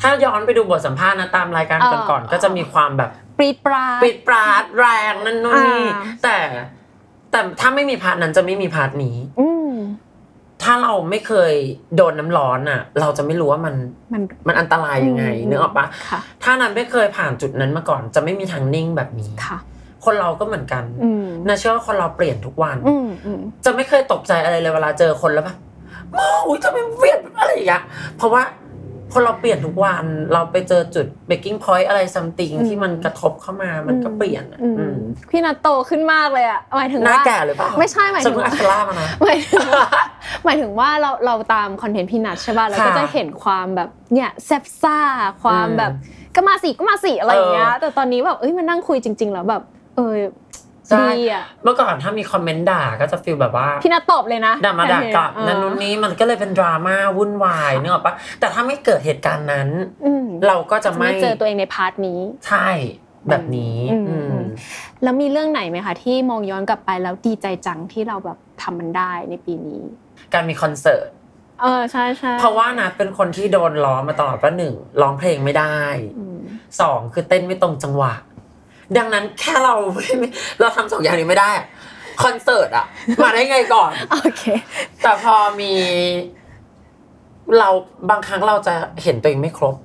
Speaker 2: ถ้าย้อนไปดูบทสัมภาษณ์นะตามรายการ
Speaker 1: เออ
Speaker 2: ก่อนๆก็จะมีความแบบ
Speaker 1: ปรีดปราด
Speaker 2: ปิดปราดแรงนั่นนู่นนี่
Speaker 1: อ่า
Speaker 2: แต่แต่ถ้าไม่มีพาร์ทนั้นจะไม่มีพาร์ทนี้
Speaker 1: อืม
Speaker 2: ถ้าเราไม่เคยโดนน้ำร้อนอ่ะ เราจะไม่รู้ว่ามัน
Speaker 1: มัน
Speaker 2: มันอันตรายยังไงนึกออกปะ
Speaker 1: ค่ะ
Speaker 2: ถ้านั้นไม่เคยผ่านจุดนั้นมาก่อน จะไม่มีทางนิ่งแบบนี้
Speaker 1: ค่ะ
Speaker 2: คนเราก็เหมือนกัน
Speaker 1: อืม
Speaker 2: นะเชื่อว่าคนเราเปลี่ยนทุกวัน
Speaker 1: อืมอืม
Speaker 2: จะไม่เคยตกใจอะไรเลยเวลาเจอคนแล้วแบบโอ้ยจะเป็นเวียนอะไรอย่างเงี้ยเพราะว่าคนเราเปลี่ยนทุกวันเราไปเจอจุด breaking point อะไร something ที่มันกระทบเข้ามามันก็เปลี่ยนอะ
Speaker 1: อืม
Speaker 2: อืม
Speaker 1: พี่นัทโตขึ้นมากเลยอะหมายถึง
Speaker 2: หน้า
Speaker 1: ว่า
Speaker 2: แก่หรือเปล่า
Speaker 1: ไม่ใช่หมายถึง
Speaker 2: ฉันเพิ่อัครามานะ
Speaker 1: หมายถึง <laughs> ว่าหมายถึงว่าเราเราตามคอนเทนต์พี่นัทใช่ป่ะเราก็
Speaker 2: ค่ะ
Speaker 1: จะเห็นความแบบเนี่ยแซบซ่าความ
Speaker 2: อืม
Speaker 1: แบบก็มาสิก็มาสิอะไรอย่างเงี้ย
Speaker 2: เออ
Speaker 1: แต่ตอนนี้แบบเอ้ยมันนั่งคุยจริง ๆ แล้วแบบ เออ
Speaker 2: ใช่
Speaker 1: ดีอะ
Speaker 2: เมื่อก่อนถ้ามีคอมเมนต์ด่าก็จะฟีลแบบว่า
Speaker 1: พี่นัทตอบเลยนะ
Speaker 2: ด่ามาด่ากลับ
Speaker 1: เออ
Speaker 2: นั่นนู่นนี่มันก็เลยเป็นดราม่าวุ่นวายเนกอะปะแต่ถ้าไม่เกิดเหตุการณ์นั้น
Speaker 1: อืม
Speaker 2: เราก็จะ
Speaker 1: จะ
Speaker 2: ไม่
Speaker 1: ไม่เจอตัวเองในพาร์ทนี้
Speaker 2: ใช่แบบนี้
Speaker 1: อืม
Speaker 2: อืม
Speaker 1: อืม แล้วมีเรื่องไหนไหมคะที่มองย้อนกลับไปแล้วดีใจจังที่เราแบบทำมันได้ในปีนี้
Speaker 2: การมีคอนเสิร์ต
Speaker 1: เออใช่ใช่
Speaker 2: เพราะว่านัดเป็นคนที่โดนล้อมาตลอดว่าหนึ่งร้องเพลงไม่ได้
Speaker 1: อืม
Speaker 2: สองคือเต้นไม่ตรงจังหวะ ดังนั้นแค่เรา เราทำสองอย่างนี้ไม่ได้อะคอนเสิร์ตอะมาได้ไงก่อน
Speaker 1: โอเค
Speaker 2: แต่พอมี เราบางครั้งเราจะเห็นตัวเองไม่ครบ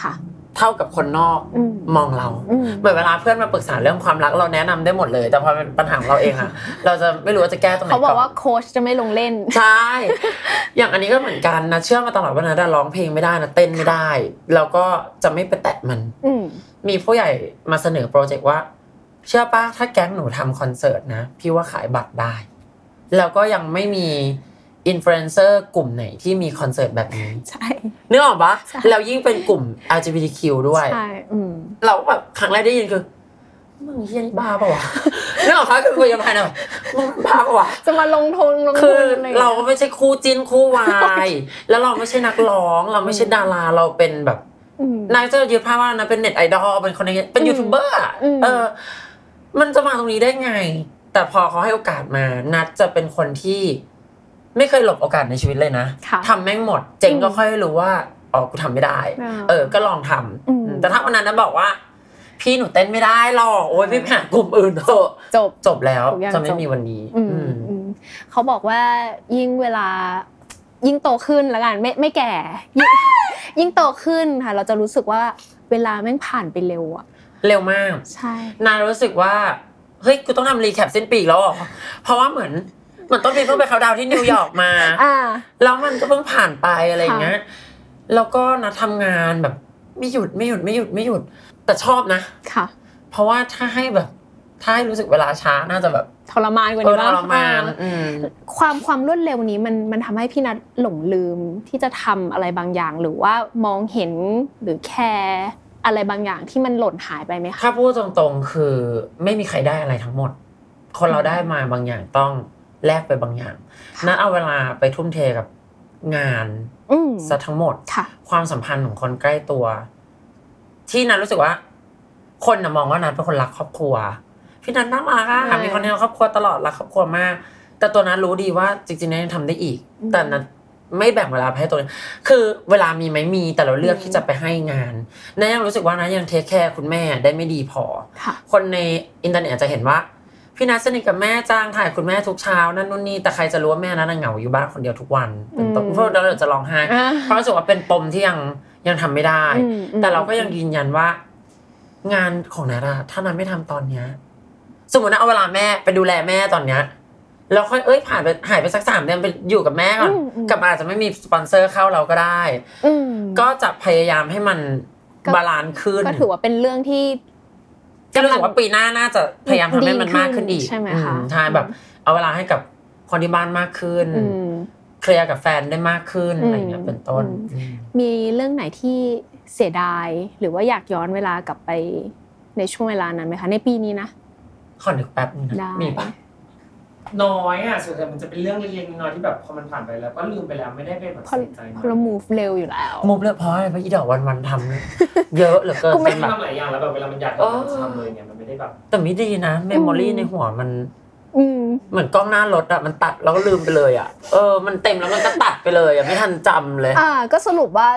Speaker 1: ค่ะ
Speaker 2: เท่ากับคนนอก
Speaker 1: อืม
Speaker 2: มองเรา
Speaker 1: อืม
Speaker 2: เหมือนเวลาเพื่อนมาปรึกษาเรื่องความรักเราแนะนำได้หมดเลย แต่พอเป็นปัญหาของเราเองอะ <laughs> เราจะไม่รู้ว่าจะแก้ตรงไหน
Speaker 1: เขาบอก
Speaker 2: ก่อน
Speaker 1: ว่าโค้ชจะไม่ลงเล่น
Speaker 2: ใช่ อย่างอันนี้ก็เหมือนกันนะเชื่อมาตลอดว่านะดาร้องเพลงไม่ได้นะเต้นไม่ได้ แล้วก็จะไม่ไปแตะมัน
Speaker 1: อืม
Speaker 2: มีผู้ใหญ่มาเสนอโปรเจกต์ว่า เชื่อป้าถ้าแก๊งหนูทำคอนเสิร์ตนะ พี่ว่าขายบัตรได้ แล้วก็ยังไม่มีอินฟลูเอนเซอร์กลุ่มไหนที่มีคอนเสิร์ตแบบนี้
Speaker 1: ใช่
Speaker 2: นึกออกปะ
Speaker 1: ใช่
Speaker 2: แล้วยิ่งเป็นกลุ่ม LGBTQ ด้วย
Speaker 1: ใช่ อืม
Speaker 2: เราก็แบบครั้งแรกได้ยินคือมึงเฮียนี่บ้าเปล่าวะ <laughs> นึกออกปะคือคุยกันภายในแบบมึงบ้าเปล่าวะ
Speaker 1: จะมาลงทุนลง
Speaker 2: คื
Speaker 1: ทุ
Speaker 2: อน
Speaker 1: อะไรอย่ง
Speaker 2: เรา
Speaker 1: งี้ย
Speaker 2: ไม่ใช่คู่จิ้นคู่วาย แล้วเราไม่ใช่นักร้อง เราไม่ใช่ดาราเราเป็นแบบ
Speaker 1: อืม
Speaker 2: นายจะยึดภาพว่านะเป็นเน็ตไอดอลเป็นคนในเป็น
Speaker 1: อืม
Speaker 2: ยูทูบเบอร์อะ
Speaker 1: อืม
Speaker 2: เออ มันจะมาตรงนี้ได้ไง แต่พอเขาให้โอกาสมา นัดจะเป็นคนที่ ไม่เคยหลบโอกาสในชีวิตเลยนะ
Speaker 1: ค่ะ
Speaker 2: ทำแม่งหมด เจ๋งก็
Speaker 1: อืม
Speaker 2: ค่อยรู้ว่าอ๋อกูทำไม่ได้
Speaker 1: อ่า
Speaker 2: เออ ก็ลองทำ
Speaker 1: อืม
Speaker 2: แต่ถ้าวันนั้นนะบอกว่า พี่หนูเต้นไม่ได้หรอกโอ้ยพี่ไปหากลุ่มอื่นเถอะ
Speaker 1: จบ
Speaker 2: จบแล้ว
Speaker 1: ทุกอย่าง
Speaker 2: จะไม่
Speaker 1: จบ
Speaker 2: มีวันนี้
Speaker 1: อืม
Speaker 2: อืม
Speaker 1: อืมเขาบอกว่ายิ่งเวลา <laughs> ยิ่งโตขึ้นแล้วกันไม่ไม่แก่ ยิ่งยิ่งโตขึ้นค่ะ เราจะรู้สึกว่า เวลาแม่งผ่านไปเร็วอะ
Speaker 2: เร็วมาก
Speaker 1: ใช่
Speaker 2: นายรู้สึกว่า เฮ้ย กูต้องทำรีแคปสิ้นปีอีกแล้วเหรอเพราะว่าเหมือนเหมือนต้นปีเพิ่งไปเขาน์ดาวน์ที่นิวยอร์กมา
Speaker 1: อ่า
Speaker 2: แล้วมันก็เพิ่งผ่านไปอะไรอย่างเงี้ย แล้วก็นะทำงานแบบไม่หยุดไม่หยุดไม่หยุดไม่หยุด แต่ชอบนะ
Speaker 1: ค่ะ
Speaker 2: เพราะว่าถ้าให้แบบ ถ้าให้รู้สึกเวลาช้าน่าจะแบบ
Speaker 1: ทรมานกว่า
Speaker 2: เออ
Speaker 1: นี้
Speaker 2: ท
Speaker 1: บ้าง
Speaker 2: รมาน
Speaker 1: อ่
Speaker 2: อืม
Speaker 1: ความความรวดเร็วนี้มันมันทำให้พี่นัทหลงลืมที่จะทำอะไรบางอย่าง หรือว่ามองเห็นหรือแคร์อะไรบางอย่างที่มันหล่นหายไปไหมคะ
Speaker 2: ถ้าพูดตรงๆ คือไม่มีใครได้อะไรทั้งหมด คนเราได้มาบางอย่างต้องแลกไปบางอย่าง
Speaker 1: ค่ะ
Speaker 2: นัดเอาเวลาไปทุ่มเทกับงาน
Speaker 1: อืม
Speaker 2: ซะทั้งหมด
Speaker 1: ค่ะ
Speaker 2: ความสัมพันธ์ของคนใกล้ตัว ที่นัทรู้สึกว่า คนนะมองว่านัทเป็นคนรักครอบครัว พี่นัทน่ารักอะ
Speaker 1: เออ
Speaker 2: มีคนในครอบครัวตลอดรักครอบครัวมาก แต่ตัวนัทรู้ดีว่าจริงๆนัทยังทำได้อีก
Speaker 1: อืม
Speaker 2: แต่นัทไม่แบ่งเวลาไปให้ตัวเองคือเวลามีไหมมีแต่เราเลือก
Speaker 1: อืม
Speaker 2: ที่จะไปให้งานนัทยังรู้สึกว่านัทยังเทคแคร์คุณแม่ได้ไม่ดีพอ
Speaker 1: ค่ะ
Speaker 2: คนในอินเทอร์เน็ตอาจจะเห็นว่า พี่นัทสนิทกับแม่จ้างถ่ายคุณแม่ทุกเช้านั่นนู่นนี่แต่ใครจะรู้ว่าแม่นั้นนะเหงาอยู่บ้านคนเดียวทุกวันเป็นต้น
Speaker 1: อืม
Speaker 2: เพราะเราจะร้องไห้
Speaker 1: อ่า
Speaker 2: เพราะรู้สึกว่าเป็นปมที่ยังยังทำไม่ได้
Speaker 1: อืมอืม
Speaker 2: แต่เราก็ยังยืนยันว่า งานของนัทอะถ้านัทไม่ทำตอนเนี้ย สมมตินะเอาเวลาแม่ไปดูแลแม่ตอนเนี้ยแล้วค่อยเอ้ยผ่านไปหายไปสักสามเดือนไปอยู่กับแม่ก่อน
Speaker 1: อืมอืม
Speaker 2: กลับมาอาจจะไม่มีสปอนเซอร์เข้าเราก็ได้
Speaker 1: อืม
Speaker 2: ก็จะพยายามให้มัน
Speaker 1: ก็
Speaker 2: บาลานซ์ขึ้น
Speaker 1: ก็ถือว่าเป็นเรื่องที่
Speaker 2: ก็รู้สึกว่าปีหน้าน่าจะพยายามทำให้มันมากขึ้นอีก
Speaker 1: ดีขึ้นใช่ไหมคะ
Speaker 2: อืใช่แบบ เอาเวลาให้กับคนที่บ้านมากขึ้น
Speaker 1: อืม
Speaker 2: เคลียร์กับแฟนได้มากขึ้น
Speaker 1: อืม
Speaker 2: อะไรเงี้ยเป็นต้น
Speaker 1: อืม
Speaker 2: อืม
Speaker 1: มีเรื่องไหนที่เสียดาย หรือว่าอยากย้อนเวลากลับไปในช่วงเวลานั้นไหมคะ ในปีนี้นะ
Speaker 2: ขอนึกแป๊บนึงนะ
Speaker 1: ได้
Speaker 2: มีปะ
Speaker 3: น้อยอ่ะส่วนใหญ่มันจะเป็นเรื่องเล็กๆน้อยๆที่แบบพอมันผ่านไปแล้วก็ลืมไปแล้วไม่ได้ไปแบบ
Speaker 1: เพ
Speaker 3: ใส่ใจ
Speaker 1: ราะเรา move เร็วอยู่แล้ว
Speaker 2: มุบเลือกเพราะอะไรเพราะอีดอกวันวันๆทำเยอะเหลือเกิน
Speaker 1: กูไม่
Speaker 2: จนแบบ
Speaker 3: ทำหลายอย่างแล้วแบบเวลามันอยาก
Speaker 2: เออ
Speaker 3: ทำเลยเนี่ยมันไม่ได้แบบ
Speaker 2: แต่ไม่ดีนะเมมโมรีในหัวมัน
Speaker 1: อืม
Speaker 2: เหมือนกล้องหน้ารถอะมันตัดแล้วก็ลืมไปเลยอะเออมันเต็มแล้วมันก็ตัดไปเลยอะไม่ทันจำเลย
Speaker 1: อ่า ก็สรุปว่า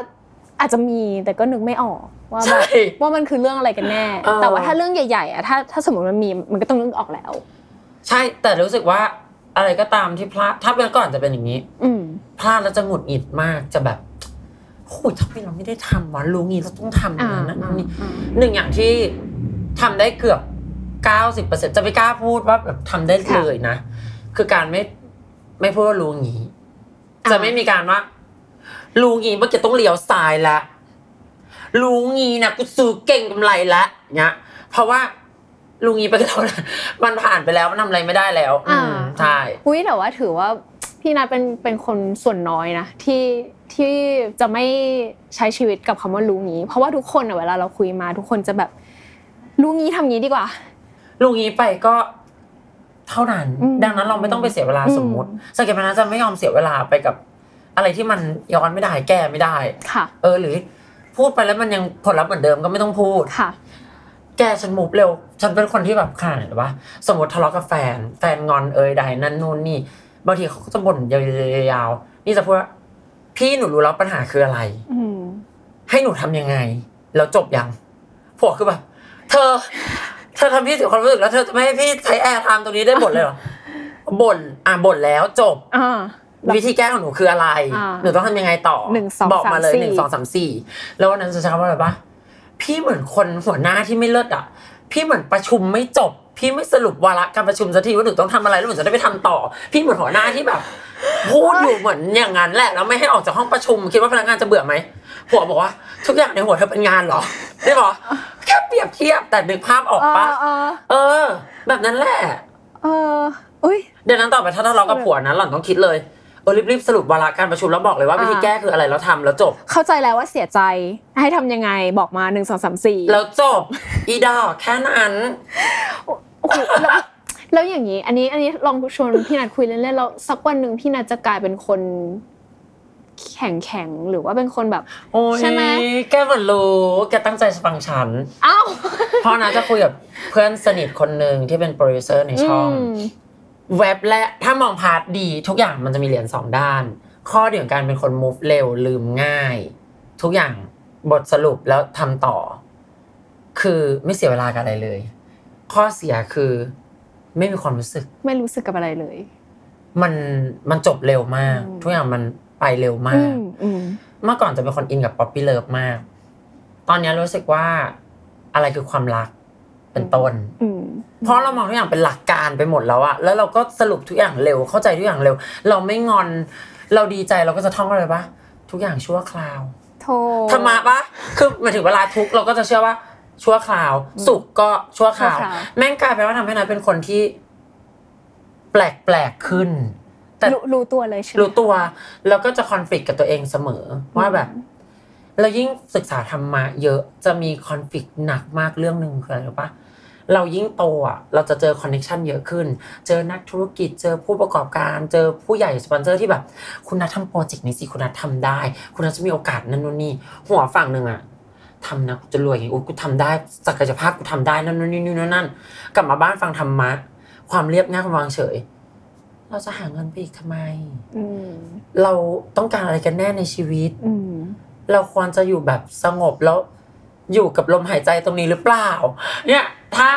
Speaker 1: อาจจะมีแต่ก็นึกไม่ออกว่าแบ
Speaker 2: ใช่
Speaker 1: บว่ามันคือเรื่องอะไรกันแน่
Speaker 2: เออ
Speaker 1: แต่ว่าถ้าเรื่องใหญ่ๆอะถ้าถ้าสมมติมันมีมันก็ต้องนึกออกแล้ว
Speaker 2: ใช่แต่รู้สึกว่าอะไรก็ตามที่พลาดถ้าเป็นก่อนจะเป็นอย่างนี้
Speaker 1: อืม
Speaker 2: พลาดแล้วจะหงุดหงิดมากจะแบบโอ้ยทำไมเราไม่ได้ทำวะรู้งี้เราต้องทำอ
Speaker 1: อ่า
Speaker 2: ย่างนั้นนะนี่
Speaker 1: อ่า
Speaker 2: หนึ่งอย่างที่ทำได้เกือบเก้าสิบเปอร์เซ็นจะไม่กล้าพูดว่าแบบทำได้เลยนะ คือการไม่ไม่พูดว่ารู้งี้
Speaker 1: อ่า
Speaker 2: จะไม่มีการว่ารู้งี้เมื่อกี้ต้องเลี้ยวซ้ายละรู้งี้นะกูซื้อเก่งกำไรละเนี้ย เพราะว่ารู้งี้ไปแล้วนะมันผ่านไปแล้วมันทำอะไรไม่ได้แล้ว อืมใช่
Speaker 1: อุ้ยแต่ว่าถือว่าพี่นัทเป็นเป็นคนส่วนน้อยนะที่ที่จะไม่ใช้ชีวิตกับคำว่ารู้งี้ เพราะว่าทุกคนอะเวลาเราคุยมา ทุกคนจะแบบรู้งี้ทำงี้ดีกว่า
Speaker 2: ลุงนี้ไปก็เท่านั้น
Speaker 1: อืม
Speaker 2: ดังนั้นเราไม่ต้องไปเสียเวลา
Speaker 1: อืม
Speaker 2: สมมติสงเกตไหมนะจะไม่ยอมเสียเวลาไปกับ อะไรที่มันย้อนไม่ได้แก้ไม่ได้
Speaker 1: ค่ะ
Speaker 2: เออหรือพูดไปแล้วมันยังผลลัพธ์เหมือนเดิมก็ไม่ต้องพูด
Speaker 1: ค่ะ
Speaker 2: แกฉันมูฟเร็ว ฉันเป็นคนที่แบบขนาดไหนหรือวะสมมติทะเลาะกับแฟน แฟนงอนเอยใดนั่นนู่นนี่ บางทีเขาก็จะบ่นยาวๆๆนี่จะพูดว่าพี่หนูรู้แล้วปัญหาคืออะไร
Speaker 1: อืม
Speaker 2: ให้หนูทำยังไง แล้วจบยังผัวคือแบบ เธอ เธอทำพี่เสียความรู้สึกแล้วเธอจะไม่ให้พี่ใช้แอร์ไทม์ตรงนี้ได้บ่นเลยเหรอ บ่นอ่ะบ่นแล้วจบ
Speaker 1: อ่า
Speaker 2: วิธีแก้ของหนูคืออะไร
Speaker 1: อ่า
Speaker 2: หนูต้องทำยังไงต่อ
Speaker 1: หนึ่งสอง
Speaker 2: บอกมาเลย
Speaker 1: สามสี่
Speaker 2: หนึ่งสองสามสี่แล้ววันนั้นจะใช้คำว่าอะไรปะพี่เหมือนคนหัวหน้าที่ไม่เลิศอ่ะ พี่เหมือนประชุมไม่จบ พี่ไม่สรุปวาระการประชุมสักทีว่าหนูต้องทำอะไรแล้วหนูจะได้ไปทำต่อ พี่เหมือนหัวหน้าที่แบบพูดอยู่เหมือนอย่างนั้นแหละแล้วไม่ให้ออกจากห้องประชุม คิดว่าพนักงานจะเบื่อไหมหัวบอกว่า ทุกอย่างในหัวเธอเป็นงานเหรอได้ปะแค่เปรียบเทียบแต่นึกภาพออก
Speaker 1: เอ
Speaker 2: ปะ
Speaker 1: อเออ
Speaker 2: เออ แบบนั้นแหละ
Speaker 1: เอออุ้ย
Speaker 2: เดี๋ยวนั้นต่อไปถ้าทะเลาะกับผัวนะหล่อนต้องคิดเลยเออรีบๆสรุปวาระการประชุมแล้วบอกเลยว่า
Speaker 1: อ่า
Speaker 2: วิธีแก้คืออะไรแล้วทำแล้วจบ
Speaker 1: เข้าใจแล้วว่าเสียใจให้ทำยังไงบอกมาหนึ่งสองสามสี่
Speaker 2: แล้วจบ อีดอกแค่นั้น
Speaker 1: โอ้โหแล้วแล้วอย่างนี้ อันนี้อันนี้ลองชวนพี่นัดคุยเล่นๆแล้วสักวันหนึ่งพี่นัดจะกลายเป็นคน แข็งแข็งๆหรือว่าเป็นคนแบบ
Speaker 2: โอ้ย
Speaker 1: ใช่ไหม
Speaker 2: แกเหมือนรู้แกตั้งใจฟังฉัน
Speaker 1: อ้าว
Speaker 2: เพราะนะจะคุยกับเพื่อนสนิทคนหนึ่งที่เป็นโปรดิวเซอร์ในช่อง
Speaker 1: ม
Speaker 2: เว็บและถ้ามองพาร์ทดี ทุกอย่างมันจะมีเหรียญสองด้าน ข้อเดียวกันเป็นคน move เร็วลืมง่าย ทุกอย่างบทสรุปแล้วทำต่อ คือไม่เสียเวลากับอะไรเลย ข้อเสียคือไม่มีความรู้สึก
Speaker 1: ไม่รู้สึกกับอะไรเลย
Speaker 2: มันมันจบเร็วมาก
Speaker 1: อืม
Speaker 2: ทุกอย่างมันไปเร็วมา
Speaker 1: อื
Speaker 2: ก
Speaker 1: มอืม
Speaker 2: เมื่อก่อนจะเป็นคนอินกับป๊อปปี้เลิฟมาก ตอนเนี้ยรู้สึกว่าอะไรคือความรักเป็นต้น
Speaker 1: อืม
Speaker 2: เพราะเรามองทุกอย่างเป็นหลักการไปหมดแล้วอะแล้วเราก็สรุปทุกอย่างเร็ว เข้าใจทุกอย่างเร็ว เราไม่งอน เราดีใจเราก็จะท่องอะไรปะทุกอย่างชั่วคราว
Speaker 1: โท
Speaker 2: ธรรมะปะคือหมายถึงเวลาทุกข์เราก็จะเชื่อว่าชั่วคราว สุขก็ชั่วคราว แม่งกลายเป็นว่าทำให้นัทเป็นคนที่ แปลกแปลกๆขึ้น แต่
Speaker 1: รู้รู้ตัวเลยใช่ไหม
Speaker 2: รู้ตัวแล้วก็จะคอน FLICT กับตัวเองเสมอ ว่าแบบเรายิ่งศึกษาธรรมะเยอะจะมีคอน FLICT หนักมากเรื่องหนึ่งคืออะไรรู้ปะเรายิ่งโตอ่ะเราจะเจอคอนเน็ชันเยอะขึ้น เจอนักธุรกิจเจอผู้ประกอบการ เจอผู้ใหญ่สปอนเซอร์ที่แบบ คุณนัททำโปรเจกต์นี้สิคุณนัททำได้ คุณนัทจะมีโอกาสนั่นนู่นนี่หัวฝั่งหนึ่งอ่ะทำนะกูจะรวยอย่างนี้อุ๊ยกูทำได้ศักยภาพกูทำได้นั่นนู่นนี่นู่นนั่นกลับมาบ้านฟังธรรมะ ความเรียบง่ายความวางเฉย เราจะหาเงินไปอีกทำไม
Speaker 1: อืม
Speaker 2: เราต้องการอะไรกันแน่ในชีวิต
Speaker 1: อืม
Speaker 2: เราควรจะอยู่แบบสงบแล้ว อยู่กับลมหายใจตรงนี้หรือเปล่า เนี่ยถ้า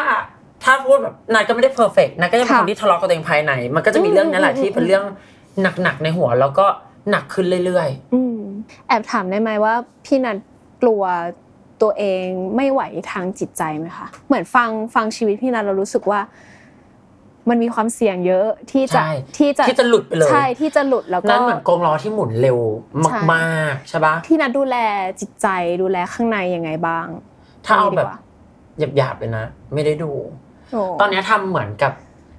Speaker 2: ถ้าพูดแบบนายก็ไม่ได้เพอร์เฟกนายก็ยังเป็น
Speaker 1: ค่ะ
Speaker 2: คนที่ทะเลาะกับตัวเองภายใน มันก็จะมีเรื่องนี้แหละ
Speaker 1: อืม
Speaker 2: ที่เป็นเรื่องหนักๆในหัว แล้วก็หนักขึ้นเรื่อย
Speaker 1: อืม แอบถามได้ไหมว่า พี่นัทกลัวตัวเองไม่ไหวทางจิตใจไหมคะ เหมือนฟังฟังชีวิตพี่นัทเรารู้สึกว่า มันมีความเสี่ยงเยอะที่
Speaker 2: ๆ
Speaker 1: จะ
Speaker 2: ใช่
Speaker 1: ที่จะ
Speaker 2: ที่จะหลุดไปเลย
Speaker 1: ใช่ที่จะหลุดแล้วก็
Speaker 2: นั่นเหมือนกองล้อที่หมุนเร็ว
Speaker 1: ใช่
Speaker 2: มากๆใช่ปะ
Speaker 1: ที่นัทดูแลจิตใจดูแลข้างในยังไงบ้าง
Speaker 2: ถ้าเอาแบบ
Speaker 1: ดีกว่
Speaker 2: หยาบๆเลยนะ ไม่ได้ดู
Speaker 1: โอ้
Speaker 2: ตอนเนี้ยทำเหมือนกับ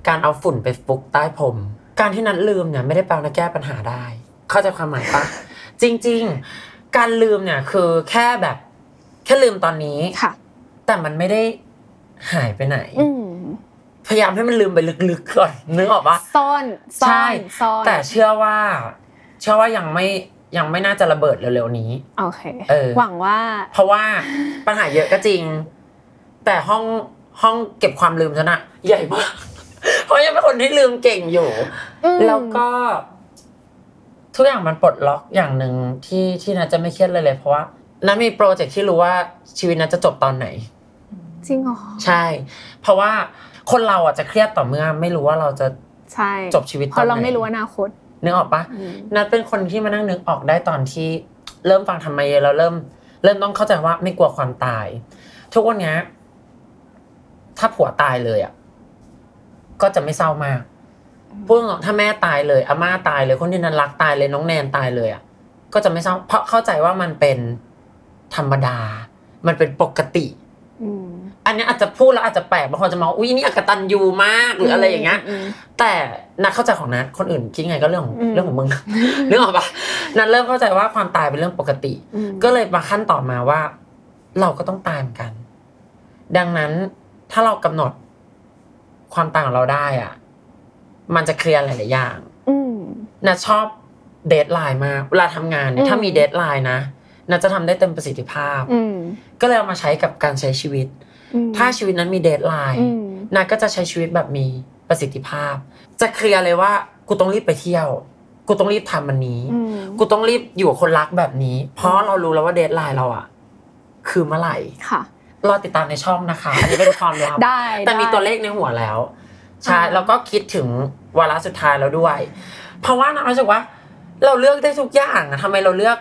Speaker 2: การเอาฝุ่นไปฟุกใต้ผม การที่นัดลืมเนี่ยไม่ได้แปลว่าแก้ปัญหาได้ เข้าใจความหมายปะ จริง ๆ การลืมเนี่ยคือแค่แบบ แค่ลืมตอนนี้
Speaker 1: ค่ะ
Speaker 2: แต่มันไม่ได้หายไปไหน
Speaker 1: อืม
Speaker 2: พยายามให้มันลืมไปลึกๆก่อนนึกออกปะ
Speaker 1: ซ่อน
Speaker 2: ใช่
Speaker 1: ซ่อนซ่อน
Speaker 2: แต่เชื่อว่า เชื่อว่ายังไม่ยังไม่น่าจะระเบิดเร็วๆนี้
Speaker 1: โอเค
Speaker 2: เออ
Speaker 1: หวังว่า
Speaker 2: เพราะว่าปัญหาเยอะก็จริง แต่ห้องห้องเก็บความลืมฉันอะใหญ่มาก เพราะยังเป็นคนที่ลืมเก่งอยู่
Speaker 1: อืม
Speaker 2: แล้วก็ ทุกอย่างมันปลดล็อกอย่างหนึ่งที่ที่นัทจะไม่เครียดเลยเลยเพราะว่านัทมีโปรเจกต์ที่รู้ว่าชีวิตนัทจะจบตอนไหน
Speaker 1: จริงเหรอ
Speaker 2: ใช่ เพราะว่าคนเราอ่ะจะเครียดต่อเมื่อ ไม่รู้ว่าเราจะ
Speaker 1: ใช่
Speaker 2: จบชีวิตตอนไหน
Speaker 1: เพราะเราไม่รู้อนาคต
Speaker 2: นึกออกปะ
Speaker 1: อืม
Speaker 2: นัทเป็นคนที่มานั่งนึกออกได้ตอนที่ เริ่มฟังธรรมะเยอะแล้วเริ่ม เริ่มต้องเข้าใจว่าไม่กลัวความตาย ทุกวันเนี้ยถ้าผัวตายเลยอ่ะก็จะไม่เศร้ามากพูดตรงๆถ้าแม่ตายเลยอาม่าตายเลยคนที่นันรักตายเลยน้องแนนตายเลยอ่ะก็จะไม่เศร้า เพราะเข้าใจว่ามันเป็นธรรมดา มันเป็นปกติ
Speaker 1: อืม
Speaker 2: อันเนี้ยอาจจะพูดแล้วอาจจะแปลกบางคนจะมองอุ้ยนี่อกตันยูมากหรืออะไรอย่างเงี้ย
Speaker 1: ม
Speaker 2: แต่นัดเข้าใจของนัดคนอื่นคิดไงก็เรื่องของ
Speaker 1: อืม
Speaker 2: เรื่องของมึง นึกออกปะนัดเริ่มเข้าใจว่าความตายเป็นเรื่องปกติ
Speaker 1: อืม
Speaker 2: ก็เลยมาขั้นต่อมาว่า เราก็ต้องตายเหมือนกัน ดังนั้นถ้าเรากำหนดความตายของเราได้อ่ะ มันจะเคลียร์หลายๆอย่าง
Speaker 1: อืม
Speaker 2: นัดชอบเดทไลน์มากเวลาทำงานเนี่ยถ้า
Speaker 1: อืม
Speaker 2: มีเดทไลน์นะนัดจะทำได้เต็มประสิทธิภาพ
Speaker 1: อืม
Speaker 2: ก็เลยเอามาใช้กับการใช้ชีวิต
Speaker 1: อืม
Speaker 2: ถ้าชีวิตนั้นมีเดทไลน์
Speaker 1: อืม
Speaker 2: นางก็จะใช้ชีวิตแบบมีประสิทธิภาพ จะเคลียร์เลยว่า กูต้องรีบไปเที่ยว กูต้องรีบทำมันนี้
Speaker 1: อืม
Speaker 2: กูต้องรีบอยู่กับคนรักแบบนี้ เพราะเรารู้แล้วว่าเดทไลน์เราอะคือเมื่อไหร่
Speaker 1: ค่ะ
Speaker 2: รอติดตามในช่องนะคะ อันนี้เป็นความลับ
Speaker 1: ได้
Speaker 2: แต่มี
Speaker 1: ได้
Speaker 2: ตัวเลขในหัวแล้ว ใช่
Speaker 1: อ่า
Speaker 2: แล้วก็คิดถึงวาระสุดท้ายแล้วด้วย เพราะว่านะรู้สึกว่า เราเลือกได้ทุกอย่างอะทำไมเราเลือก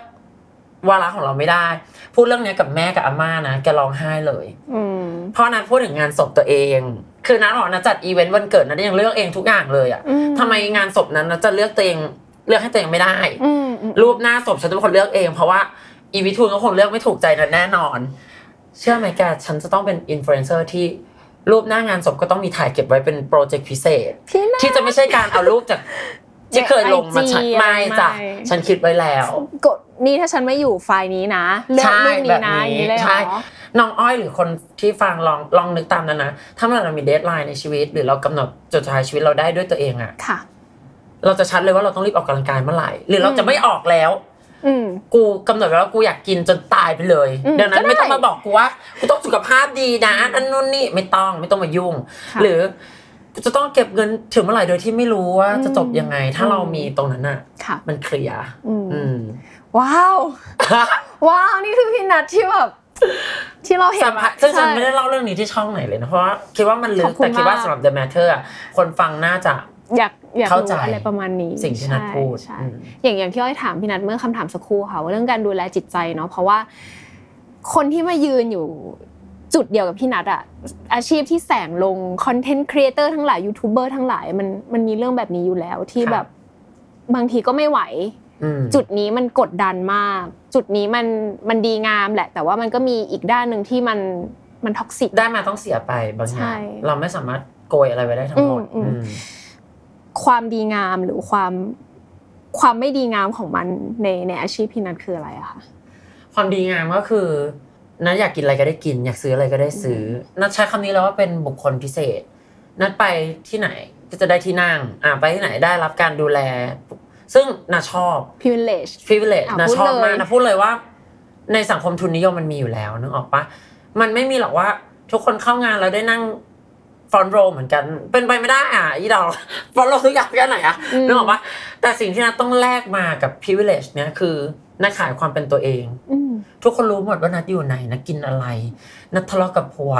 Speaker 2: วาระของเราไม่ได้ พูดเรื่องเนี้ยกับแม่กับอาม่านะ แกร้องไห้เลย
Speaker 1: อืม
Speaker 2: เพราะนัดพูดถึงงานศพตัวเอง คือนัดบอกนัดจัดอีเวนต์วันเกิดนัดยังเลือกเองทุกอย่างเลยอะ
Speaker 1: อื
Speaker 2: ทำไมงานศพนั้นนัดจะเลือกตัวเองเลือกให้ตัวเองไม่ได้
Speaker 1: อืมอืม
Speaker 2: รูปหน้าศพฉันจะเป็นคนเลือกเอง เพราะว่าอีวิทูนก็คงเลือกไม่ถูกใจนัดแน่นอน เชื่อไหมแกฉันจะต้องเป็นอินฟลูเอนเซอร์ที่รูปหน้างานศพก็ต้องมีถ่ายเก็บไว้เป็นโปรเจกต์พิเศษ
Speaker 1: พี่น่า
Speaker 2: ที่จะไม่ใช่การเอารูป
Speaker 1: <laughs>
Speaker 2: จากที่เคยลงมาฉัน
Speaker 1: ใน IG
Speaker 2: ไม่จ้ะ
Speaker 1: ไม่
Speaker 2: ฉันคิดไว้แล้ว
Speaker 1: กดนี่ถ้าฉันไม่อยู่ไฟล์นี้นะเลือกรูปนี้นะอย่างนี้เลยเหร
Speaker 2: ใช่
Speaker 1: อ
Speaker 2: น้องอ้อยหรือคนที่ฟังลองลองนึกตามนะนะ ถ้าเมื่อเรามีเดทไลน์ในชีวิต หรือเรากำหนดจุดท้ายชีวิตเราได้ด้วยตัวเองอะ
Speaker 1: ค่ะ
Speaker 2: เราจะชัดเลยว่าเราต้องรีบออกกำลังกายเมื่อไหร่ หรือเราจะไม่ออกแล้ว
Speaker 1: อืม
Speaker 2: กูกำหนดไว้ว่ากูอยากกินจนตายไปเลย
Speaker 1: อืม
Speaker 2: ดังนั้นไม่
Speaker 1: ก็ได้
Speaker 2: ต้องมาบอกกูว่ากูต้องสุขภาพดีนะนั่นนู่นนี่ไม่ต้องไม่ต้องมายุ่ง
Speaker 1: ค่ะ
Speaker 2: หรือกูจะต้องเก็บเงินถึงเมื่อไหร่โดยที่ไม่รู้ว่าจะจบยังไง ถ้าเรา
Speaker 1: อืม
Speaker 2: มีตรงนั้นอะ
Speaker 1: ค่ะ
Speaker 2: มันเคลียร์
Speaker 1: อืม
Speaker 2: อืม
Speaker 1: ว้าว ว้าวนี่คือพี่นัทที่แบบที่เราเห็น
Speaker 2: สัมผัสซึ่งฉัน
Speaker 1: ใช่
Speaker 2: ไม่ได้เล่าเรื่องนี้ที่ช่องไหนเลยนะ เพราะว่าคิดว่ามันลึ
Speaker 1: ขอก บคุณ
Speaker 2: แต่คิดว่า
Speaker 1: าก
Speaker 2: สำหรับ The Matter อะคนฟังน่าจะ
Speaker 1: อยากอยาก
Speaker 2: เข้าใจ
Speaker 1: รู้อะไรประมาณนี้
Speaker 2: สิ่งที่นัด
Speaker 1: ใช่
Speaker 2: พูด
Speaker 1: ใช่
Speaker 2: อืม
Speaker 1: อย่างอย่างที่อ้อยถามพี่นัทเมื่อคำถามสักครู่ค่ะว่าเรื่องการดูแลจิตใจเนาะเพราะว่า คนที่มายืนอยู่จุดเดียวกับพี่นัทอะอาชีพที่แสงลงคอนเทนต์ครีเอเตอร์ทั้งหลายยูทูบเบอร์ทั้งหลายมันมันมีเรื่องแบบนี้อยู่แล้วที่
Speaker 2: ครับ
Speaker 1: แบบบางทีก็ไม่ไหว
Speaker 2: อืม
Speaker 1: จุดนี้มันกดดันมาก จุดนี้มันมันดีงามแหละ แต่ว่ามันก็มีอีกด้านหนึ่งที่มันมันท็อกซิก
Speaker 2: ได้มาต้องเสียไปบางอย่าง
Speaker 1: ใช่
Speaker 2: เราไม่สามารถโกยอะไรไว้ได้ทั้งหม
Speaker 1: อืม
Speaker 2: ด
Speaker 1: อืม
Speaker 2: อืม
Speaker 1: ความดีงามหรือความความไม่ดีงามของมันในในอาชีพพี่นัทคืออะไรอะคะ
Speaker 2: ความดีงามก็คือนัทอยากกินอะไรก็ได้กิน อยากซื้ออะไรก็ได้ซื้อนัทใช้คำนี้แล้วว่าเป็นบุคคลพิเศษนัทไปที่ไหนก็จะได้ที่นั่ง อ่าไปที่ไหนได้รับการดูแล ซึ่งนัทชอบ
Speaker 1: พิเวลเลช
Speaker 2: privilege
Speaker 1: อ่ะ
Speaker 2: นัทชอบ
Speaker 1: พูดเลย
Speaker 2: มากนัทพูดเลยว่า ในสังคมทุนนิยมมันมีอยู่แล้วนึกออกปะมันไม่มีหรอกว่าทุกคนเข้างานแล้วได้นั่งฟอนโรเหมือนกัน เป็นไปไม่ได้อ่ะอีดอก <laughs> ฟอนโรทุกอย่างแค่ไหนอ่ะ นึกออกปะแต่สิ่งที่นัทต้องแลกมากับ privilege เนี่ยคือนัทขายความเป็นตัวเอง ทุกคนรู้หมดว่านัดอยู่ไหนนัดกินอะไร นัดทะเลาะกับผัว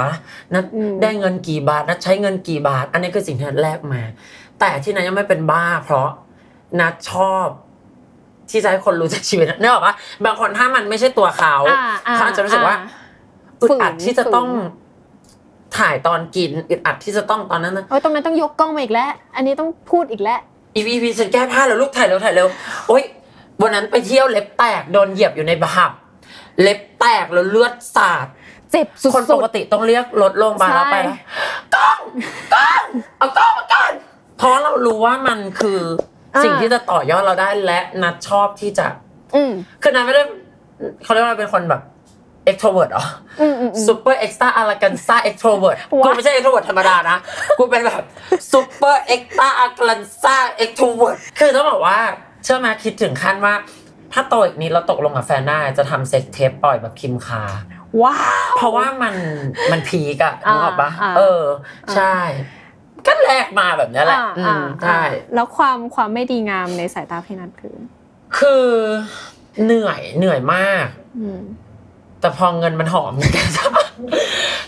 Speaker 2: นัด
Speaker 1: อืม
Speaker 2: ได้เงินกี่บาท นัดใช้เงินกี่บาท อันนี้คือสิ่งที่นัดแลกมา แต่ที่นัดยังไม่เป็นบ้า เพราะนัดชอบที่จะให้คนรู้จักชีวิตนัทนึกออกปะบางคนถ้ามันไม่ใช่ตัวเขา
Speaker 1: อ่อ่
Speaker 2: เขาอาจจะรู้สึกว่า
Speaker 1: อ่
Speaker 2: อึดอัด
Speaker 1: ฝืน
Speaker 2: ที่จะต้อง
Speaker 1: ฝื
Speaker 2: ถ่ายตอนกินอึดอัดที่จะต้องตอนนั้นนะ
Speaker 1: โอ้ยตรงนั้นต้องยกกล้องมาอีกแล้ว อันนี้ต้องพูดอีกแล้ว
Speaker 2: อีพีพีฉันแก้ผ้าแล้วลูกถ่ายเร็วถ่ายเร็วโอ๊ยวันนั้นไปเที่ยวเล็บแตกโดนเหยียบอยู่ในบับเล็บแตกแล้วเลือดสาด
Speaker 1: เจ็บสุด
Speaker 2: คนปกติต้องเรียกรถโรงพยาบาลแล้วไป
Speaker 1: ใช่
Speaker 2: นะกล้องกล้องเอากล้องมาก่อนเพราะเรารู้ว่ามันคืออา สิ่งที่จะต่อยอดเราได้และนัดชอบที่จะ
Speaker 1: อืม
Speaker 2: คือนัดไม่ได้เขาเรียกว่าเป็นคนแบบ extrovert เหรอ
Speaker 1: อืมอืมอืม
Speaker 2: ซูเปอร์เอ็กซ์ต้าอารากันซ่าเอ็กโทรเวิร์ดกู
Speaker 1: <laughs> What?
Speaker 2: ไม่ใช่เอ็กโทรเวิร์ดธรรมดานะ กูเป็นแบบซูเปอร์เอ็กซ์ต้าอากันซ่าเอ็กโทรเวิร์ดคือต้องบอกว่า เชื่อไหมาคิดถึงขั้นว่า ถ้าโตอีกนี้เราตกลงกับแฟนได้จะทำเซ็กเทปปล่อยแบบคิมคา
Speaker 1: ว้าว
Speaker 2: เพราะว่ามันมันพีกอะ
Speaker 1: อ่า
Speaker 2: นึกออกปะ
Speaker 1: อ่า
Speaker 2: เออ ใช่ ก็แลกมาแบบนี้แหละ
Speaker 1: อ่า
Speaker 2: อื
Speaker 1: อ่าม
Speaker 2: ใช่
Speaker 1: แล้วความความไม่ดีงามในสายตาพี่นัทคือ
Speaker 2: คือเหนื่อยเหนื่อยมาก
Speaker 1: อืม
Speaker 2: แต่พอเงิน <laughs> มันหอมเหมือนกัน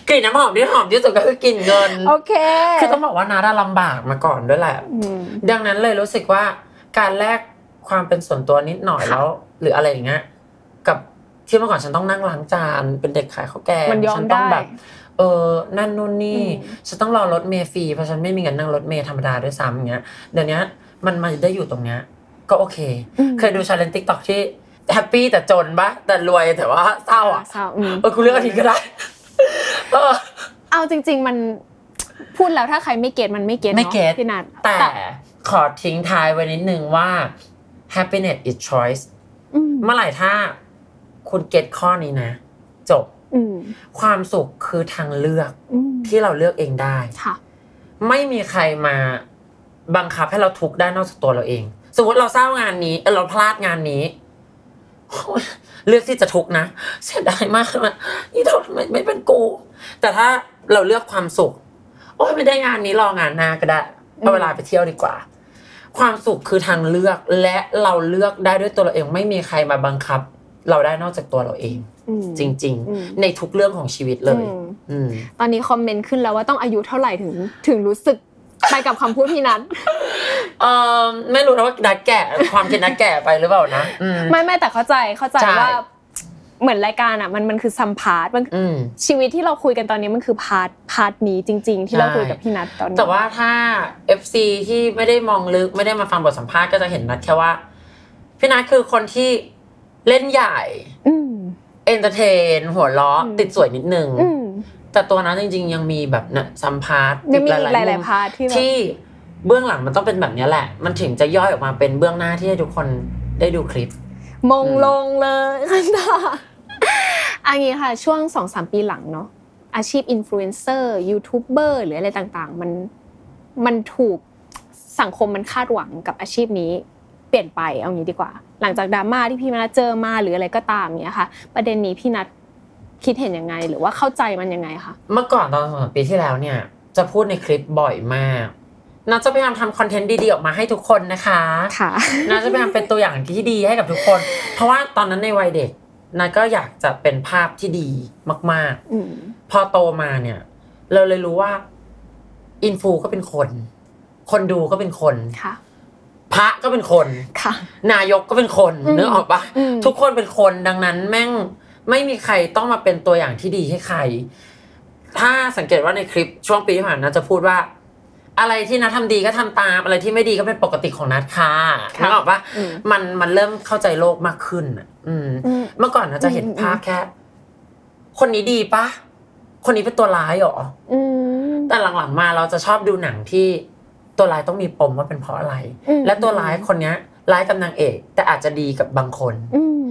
Speaker 2: กลิ่นน้ำหอมที่หอมที่สุดก็คือกลิ่นเงิน
Speaker 1: โอเค
Speaker 2: คือต้องบอกว่านาดาลำบากมาก่อนด้วยแหละ
Speaker 1: อืม
Speaker 2: ดังนั้นเลยรู้สึกว่าการแลกความเป็นส่วนตัวนิดหน่อยแล้ว หรืออะไรอย่างเงี้ยกับที่เมื่อก่อนฉันต้องนั่งล้างจานเป็นเด็กขายข้าวแกง
Speaker 1: มันยอม
Speaker 2: ฉัต้อง
Speaker 1: ได้
Speaker 2: แบบเออนั่นนู่นนี่
Speaker 1: อืม
Speaker 2: ฉันต้องรอรถเมล์ฟรีเพราะฉันไม่มีเงินนั่งรถเมล์ธรรมดาด้วยซ้ำอย่างเงี้ยเดี๋ยวนี้มันมาได้อยู่ตรงเนี้ยก็โอเค
Speaker 1: อืม
Speaker 2: เคยดูชาเลนติ๊กต็อกที่แฮปปี้แต่จนปะแต่รวยแต่ว่าเศร้าอ่ะ
Speaker 1: เศร้าอืม
Speaker 2: เออกูเลือกอันนี้ก็ได้
Speaker 1: <laughs>
Speaker 2: เออ
Speaker 1: เอาจริง ๆ มันพูดแล้วถ้าใครไม่เก็ตมันไม่เก็ตนอะ
Speaker 2: ไม่เก็ต
Speaker 1: พี่นัท
Speaker 2: แต่ขอทิ้งท้ายไว้นิดนึงว่า happiness is choice
Speaker 1: อืม
Speaker 2: เมื่อไหร่ถ้าคุณเก็ตข้อนี้นะ จบ
Speaker 1: อืม
Speaker 2: ความสุขคือทางเลือก
Speaker 1: อืม
Speaker 2: ที่เราเลือกเองได้
Speaker 1: ค่ะ
Speaker 2: ไม่มีใครมาบังคับให้เราทุกข์ได้นอกจากตัวเราเอง สมมติเราเศร้างานนี้เอ้ยเราพลาดงานนี้ <laughs> โอ๊ยเลือกที่จะทุกข์นะเสียดายมากนะนี่เราทำไมไม่เป็นกู แต่ถ้าเราเลือกความสุข โอ้ยไม่ได้งานนี้รองานหน้าก็ได้เอาเวลาไปเที่ยวดีกว่า ความสุขคือทางเลือกและเราเลือกได้ด้วยตัวเราเอง ไม่มีใครมาบังคับ เราได้นอกจากตัวเราเอง
Speaker 1: อืม
Speaker 2: จริง
Speaker 1: อืม
Speaker 2: ๆ ในทุกเรื่องของชีวิตเลย
Speaker 1: อืม
Speaker 2: อืม
Speaker 1: ตอนนี้คอมเมนต์ขึ้นแล้วว่าต้องอายุเท่าไหร่ถึงถึงรู้สึกไปกับคำพูดพี่นัท
Speaker 2: เออไม่รู้นะว่านักแก่ความคิดนักแก่ไปหรือเปล่านะอืม
Speaker 1: ไม่ไม่แต่เข้าใจเข้าใจ
Speaker 2: ใช่
Speaker 1: ว่าเหมือนรายการอ่ะมันมันคือซัมพาร์ทมัน
Speaker 2: อืม
Speaker 1: ชีวิตที่เราคุยกันตอนนี้มันคือพาร์ทพาร์ทนี้จริง ๆ ที่เรา
Speaker 2: ใช่
Speaker 1: คุยกับพี่นัทตอนนี้
Speaker 2: แต่ว่าถ้า FC ที่ไม่ได้มองลึกไม่ได้มาฟังบทสัมภาษณ์ก็จะเห็นนัดแค่ว่า พี่นัทคือคนที่เล่นใหญ่
Speaker 1: อืม
Speaker 2: เอนเตอร์เทน หัวเราะ
Speaker 1: อืม
Speaker 2: ติดสวยนิดนึง
Speaker 1: อืม
Speaker 2: แต่ตัวนั้นจริง ๆ ยังมีแบบนะสัมภาษณ์
Speaker 1: ยังมีอีกห
Speaker 2: มุ
Speaker 1: ลาย
Speaker 2: ม
Speaker 1: ๆพาร์ทที่แบบ
Speaker 2: ที่เบื้องหลังมันต้องเป็นแบบเนี้ยแหละ มันถึงจะย่อยออกมาเป็นเบื้องหน้าที่ให้ทุกคนได้ดูคลิป
Speaker 1: มงลง <laughs> เลยคันตาอันนี้ค่ะ ช่วงสองสามปีหลังเนาะอาชีพอินฟลูเอนเซอร์ยูทูบเบอร์หรืออะไรต่างๆ มันมันถูกสังคมมันคาดหวังกับอาชีพนี้ เปลี่ยนไปเอางี้ดีกว่า หลังจากดราม่าที่พี่มานัทเจอมาหรืออะไรก็ตามเนี่ยค่ะ ประเด็นนี้พี่นัทคิดเห็นยังไง หรือว่าเข้าใจมันยังไงคะ
Speaker 2: เมื่อก่อนตอนสองสามปีที่แล้วเนี่ย จะพูดในคลิปบ่อยมากน่าจะพยายามทำคอนเทนต์ดีๆออกมาให้ทุกคนนะคะ
Speaker 1: ค่ะ
Speaker 2: น่าจะพยายามเป็นตัวอย่างที่ดีให้กับทุกคน เพราะว่าตอนนั้นในวัยเด็กน่าก็อยากจะเป็นภาพที่ดีมาก
Speaker 1: อืม
Speaker 2: ๆ พอโตมาเนี่ย เราเลยรู้ว่าอินฟูก็เป็นคน คนดูก็เป็นคน
Speaker 1: ค่ะ
Speaker 2: พระก็เป็นคน
Speaker 1: ค่ะ
Speaker 2: นายกก็เป็นคน
Speaker 1: อืม
Speaker 2: นึกออกปะ
Speaker 1: อืม
Speaker 2: ทุกคนเป็นคนดังนั้นแม่ง ไม่มีใครต้องมาเป็นตัวอย่างที่ดีให้ใคร ถ้าสังเกตว่าในคลิปช่วงปีที่ผ่านมานัทจะพูดว่า อะไรที่นัททำดีก็ทำตาม อะไรที่ไม่ดีก็เป็นปกติของนัทค่ะ
Speaker 1: ครับ
Speaker 2: นึกออกปะ
Speaker 1: อืม
Speaker 2: มันมันเริ่มเข้าใจโลกมากขึ้นอ่ะอืม
Speaker 1: อืม
Speaker 2: เมื่อก่อนนะจะเห็น
Speaker 1: อืมอืม
Speaker 2: ภาพแค่ คนนี้ดีปะ คนนี้เป็นตัวร้ายเหรอ
Speaker 1: อืม
Speaker 2: แต่หลังๆมาเราจะชอบดูหนังที่ตัวร้ายต้องมีปมว่าเป็นเพราะอะไร
Speaker 1: อืม
Speaker 2: และตัวร้ายคนเนี้ยร้ายกับนางเอก แต่อาจจะดีกับบางคน
Speaker 1: อืม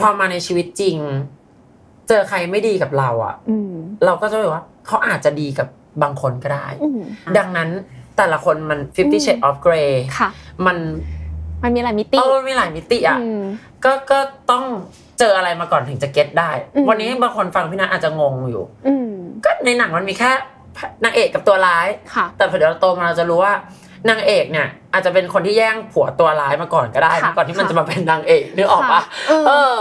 Speaker 2: พอมาในชีวิตจริง เจอใครไม่ดีกับเราอ่ะ
Speaker 1: อืม
Speaker 2: เราก็จะแบบว่าเขาอาจจะดีกับบางคนก็ได้
Speaker 1: อืม
Speaker 2: ดังนั้นแต่ละคนมัน
Speaker 1: อื
Speaker 2: 50
Speaker 1: ม
Speaker 2: Shades of Grey
Speaker 1: ค่ะ
Speaker 2: มัน
Speaker 1: มันมีหลายมิติ
Speaker 2: เออมีหลายมิติอ่ะ
Speaker 1: อืม
Speaker 2: ก็ก็ต้องเจออะไรมาก่อนถึงจะเก็ตได้
Speaker 1: อืม
Speaker 2: วันนี้บางคนฟังพี่นัทอาจจะงงอยู่
Speaker 1: อืม
Speaker 2: ก็ในหนังมันมีแค่นางเอกกับตัวร้าย
Speaker 1: ค่ะ
Speaker 2: แต่พอเดี๋ยวเราโตมาเราจะรู้ว่านางเอกเนี่ย อาจจะเป็นคนที่แย่งผัวตัวร้ายมาก่อนก็ได้
Speaker 1: ค่ะ
Speaker 2: ก่อนที่มันจะมาเป็นนางเอกนึกออกปะ
Speaker 1: ค่เอ
Speaker 2: เอ
Speaker 1: อ
Speaker 2: อ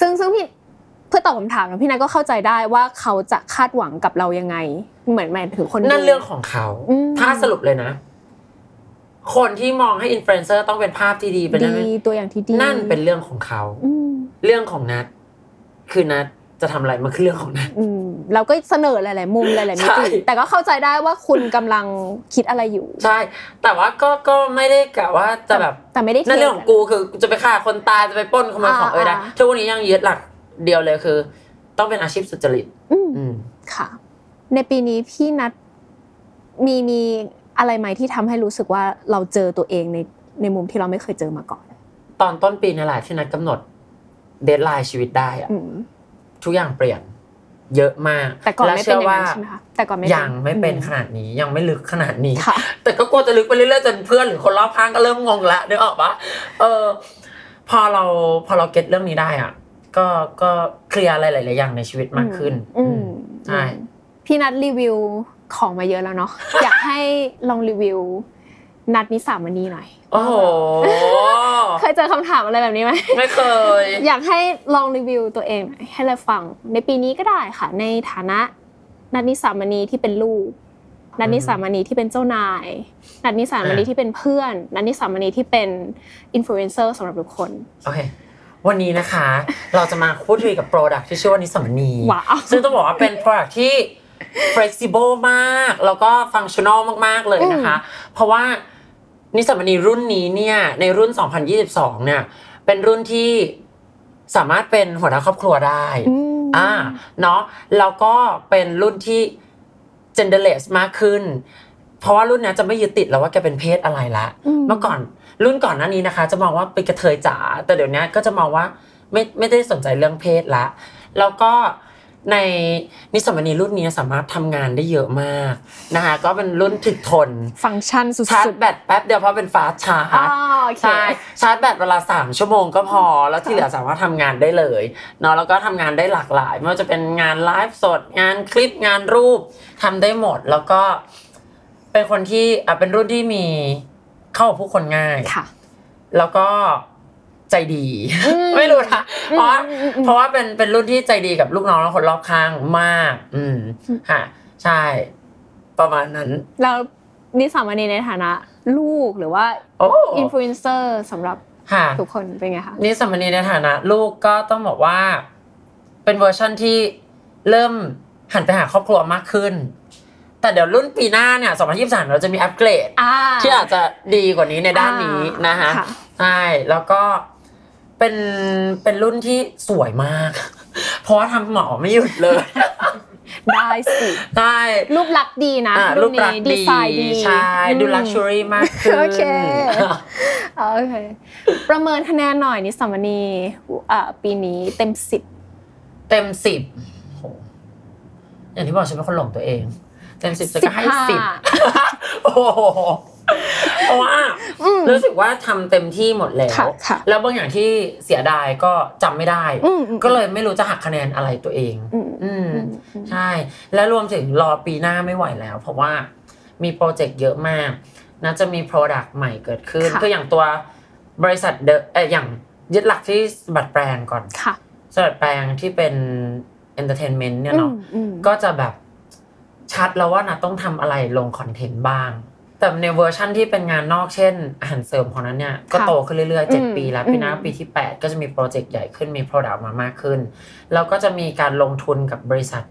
Speaker 1: ซึ่งซึ่งพี่เพื่อตอบคำถามนะพี่นัทก็เข้าใจได้ว่าเขาจะคาดหวังกับเรายังไง เหมือนหมายถึงคนดู
Speaker 2: นั่นเรื่องของเขา
Speaker 1: อืม
Speaker 2: ถ้าสรุปเลยนะ คนที่มองให้อินฟลูเอนเซอร์ต้องเป็นภาพที่ดีเป็นนั่น
Speaker 1: ดีตัวอย่างที่ดี
Speaker 2: นั่นเป็นเรื่องของเขา
Speaker 1: อืม
Speaker 2: เรื่องของนัทคือนัทจะทำอะไรมันคือเรื่องของนัท
Speaker 1: อืมเราก็เสนอหลาย ๆ มุมหลาย ๆ มิติ
Speaker 2: ใช่
Speaker 1: แต่ก็เข้าใจได้ว่าคุณกำลังคิดอะไรอยู่
Speaker 2: ใช่ แต่ว่าก็ก็ไม่ได้กะว่าจะแบบ
Speaker 1: แต่ไม่ได้
Speaker 2: นั่นเรื่องของกู
Speaker 1: ทค
Speaker 2: คือจะไปฆ่าคนตายจะไปปล้นขโมยของเอ้ยได้
Speaker 1: อ่าอ่า
Speaker 2: ทุกวันนี้ยังยึดหลักเดียวเลยคือ ต้องเป็นอาชีพสุจริต
Speaker 1: อืม
Speaker 2: อืม
Speaker 1: ค่ะ ในปีนี้พี่นัทมีมีอะไรไหมที่ทำให้รู้สึกว่าเราเจอตัวเองในในมุมที่เราไม่เคยเจอมาก่อน
Speaker 2: ตอนต้นปีนี่แหละที่นัดกำหนดเดทไลน์ชีวิตได้อะ
Speaker 1: อืม
Speaker 2: ทุกอย่างเปลี่ยน เยอะมาก
Speaker 1: แต่ก่อน
Speaker 2: และ
Speaker 1: ไม่เป็น
Speaker 2: ชื่
Speaker 1: อย่าง
Speaker 2: ว่า
Speaker 1: นั้นใช่ไหมคะแต่ก่อนไม่เป็น
Speaker 2: ยังไม่เป็น
Speaker 1: อื
Speaker 2: ขนาดนี้ยังไม่ลึกขนาดนี้
Speaker 1: ค่ะ
Speaker 2: แต่ก็กลัวจะลึกไปเรื่อยๆจนเพื่อนหรือคนรอบข้างก็เริ่มงงละนึกออกปะเออ พอเราพอเราเก็ตเรื่องนี้ได้อ่ะ ก็ก็เคลียร์อะไรหลายๆอย่างในชีวิตมากขึ้น
Speaker 1: อืม
Speaker 2: อืม ใช่
Speaker 1: อืมพี่นัดรีวิวของมาเยอะแล้ว <laughs> เนาะ อยากให้ลองรีวิว นัดนิสามณีหน่อย
Speaker 2: โอ้โห
Speaker 1: เคยเจอคำถามอะไรแบบนี้ไหม <laughs>
Speaker 2: ไม่เคย
Speaker 1: อยากให้ลองรีวิวตัวเองหน่อยให้เราฟัง ในปีนี้ก็ได้ค่ะ ในฐานะ นัดนิสามณีที่เป็นลูก นัดนิสามณีที่เป็นเจ้านาย นัดนิสามณีที่เป็นเพื่อน นัดนิสามณีที่เป็นอินฟลูเอนเซอร์สำหรับทุกคน
Speaker 2: โอเค วันนี้นะคะ เราจะมาพูดคุยกับโปรดักที่ชื่อว่านิสสัมนี
Speaker 1: ว้าว
Speaker 2: ซึ่งต้องบอกว่าเป็นโปรดักที่ flexible มาก แล้วก็ฟังชั่นอลมาก ๆ เลยนะคะ เพราะว่านิสสัมนีรุ่นนี้เนี่ย ในรุ่น 2022 เนี่ย เป็นรุ่นที่สามารถเป็นหัวหน้าครอบครัวได้
Speaker 1: ม
Speaker 2: อ่าเนาะแล้วก็เป็นรุ่นที่ genderless มากขึ้น เพราะว่ารุ่นเนี้ยจะไม่ยึดติดแล้วว่าแกเป็นเพศอะไรละ
Speaker 1: อืม
Speaker 2: เมื่อก่อนรุ่นก่อนหน้านี้นะคะ จะมองว่าเป็นกระเทยจ๋าแต่เดี๋ยวเนี้ยก็จะมองว่าไม่ไม่ได้สนใจเรื่องเพศละ แล้วก็ในนิสสัมมนีรุ่นนี้สามารถทำงานได้เยอะมากนะคะก็เป็นรุ่นถึกทน
Speaker 1: ฟังก์ชันสุ
Speaker 2: ชาร์จ
Speaker 1: ด
Speaker 2: แบตแป๊บเดียวเพราะเป็นฟ้าชา
Speaker 1: ๆอ๋อ
Speaker 2: ร์จ
Speaker 1: โอเค
Speaker 2: ใช่ชาร์จแบตเวลา 3 ชั่วโมงก็พอ แล้วที่เหลือสามารถทำงานได้เลยเนาะแล้วก็ทำงานได้หลากหลาย ไม่ว่าจะเป็นงานไลฟ์สด งานคลิปงานรูปทำได้หมด แล้วก็เป็นคนที่อ่ะเป็นรุ่นที่มีเข้ากับผู้คนง่าย
Speaker 1: ค่ะ
Speaker 2: แล้วก็ใจดี
Speaker 1: อืม
Speaker 2: ไม่รู้นะเพราะว่า
Speaker 1: อืมอืมอืม
Speaker 2: เพราะว่าเป็นเป็นรุ่นที่ใจดีกับลูกน้องและคนรอบข้างมาก อืม
Speaker 1: อืม
Speaker 2: ค่ะ ใช่ ประมาณนั้น
Speaker 1: แล้วนิสามณีในฐานะลูกหรือว่า
Speaker 2: โอ้
Speaker 1: อินฟลูเอนเซอร์สำหรับ
Speaker 2: ค่ะ
Speaker 1: ทุกคนเป็นไงคะ
Speaker 2: นิสสัมมณีในฐานะลูกก็ต้องบอกว่า เป็นเวอร์ชั่นที่เริ่มหันไปหาครอบครัวมากขึ้น แต่เดี๋ยวรุ่นปีหน้าเนี่ย2023 เราจะมีอัปเกรด
Speaker 1: อ่า
Speaker 2: ที่อาจจะดีกว่านี้ในด้านนี้
Speaker 1: อ่าน
Speaker 2: นะคะ
Speaker 1: ค่ะ
Speaker 2: ใช่แล้วก็เป็นเป็นรุ่นที่สวยมาก <laughs> เพราะว่าทำหมอไม่หยุดเลย <laughs>
Speaker 1: ได้สิ
Speaker 2: ใช่
Speaker 1: รูปลักษณ์ดีนะ
Speaker 2: อ่ะรูปลักษ
Speaker 1: นี้
Speaker 2: ณ์
Speaker 1: ดี
Speaker 2: ดี
Speaker 1: ไซน์ดี
Speaker 2: ใช่ดูลักชัว
Speaker 1: อืม
Speaker 2: รี่มากขึ้น
Speaker 1: โอเค โอเค ประเมินคะแนนหน่อยนิสสัมมณีอ่าปีนี้เต็มสิบ
Speaker 2: เต็มสิบอย่างที่บอกฉันเป็นคนหลงตัวเอง เต็มสิบจะก็ให้
Speaker 1: 15
Speaker 2: สิบโอ้โหเพราะว่ารู้สึกว่าทำเต็มที่หมดแล้ว
Speaker 1: ค่ะค่ะ
Speaker 2: แล้วบางอย่างที่เสียดายก็จำไม่ได้
Speaker 1: อืมอืม
Speaker 2: ก็เลยไม่รู้จะหักคะแนนอะไรตัวเอง
Speaker 1: อืม
Speaker 2: อืม
Speaker 1: อืมอืม
Speaker 2: ใช่ และรวมถึงรอปีหน้าไม่ไหวแล้ว เพราะว่ามีโปรเจกต์เยอะมากน่าจะมี Product ใหม่เกิดขึ้น
Speaker 1: ค่ะ
Speaker 2: คืออย่างตัวบริษัทเดอะเอ่ออย่างยึดหลักที่บัตรแปลงก่อน
Speaker 1: ค่ะ
Speaker 2: สลัดแปลงที่เป็น entertainment เนี่ยเนาะ
Speaker 1: อืมอืม
Speaker 2: ก็จะแบบชัดแล้วว่านะต้องทำอะไรลงคอนเทนต์บ้าง แต่ในเวอร์ชั่นที่เป็นงานนอกเช่นอาหารเสริมของนั้นเนี่ยก็
Speaker 1: ค่ะ
Speaker 2: โตขึ้นเรื่อยๆ
Speaker 1: อืม
Speaker 2: 7 ปีแล้วปีหน้า
Speaker 1: อืม
Speaker 2: ปีที่ 8 ก็จะมีโปรเจกต์ใหญ่ขึ้นมี Product มามากขึ้น แล้วก็จะมีการลงทุนกับบริษัท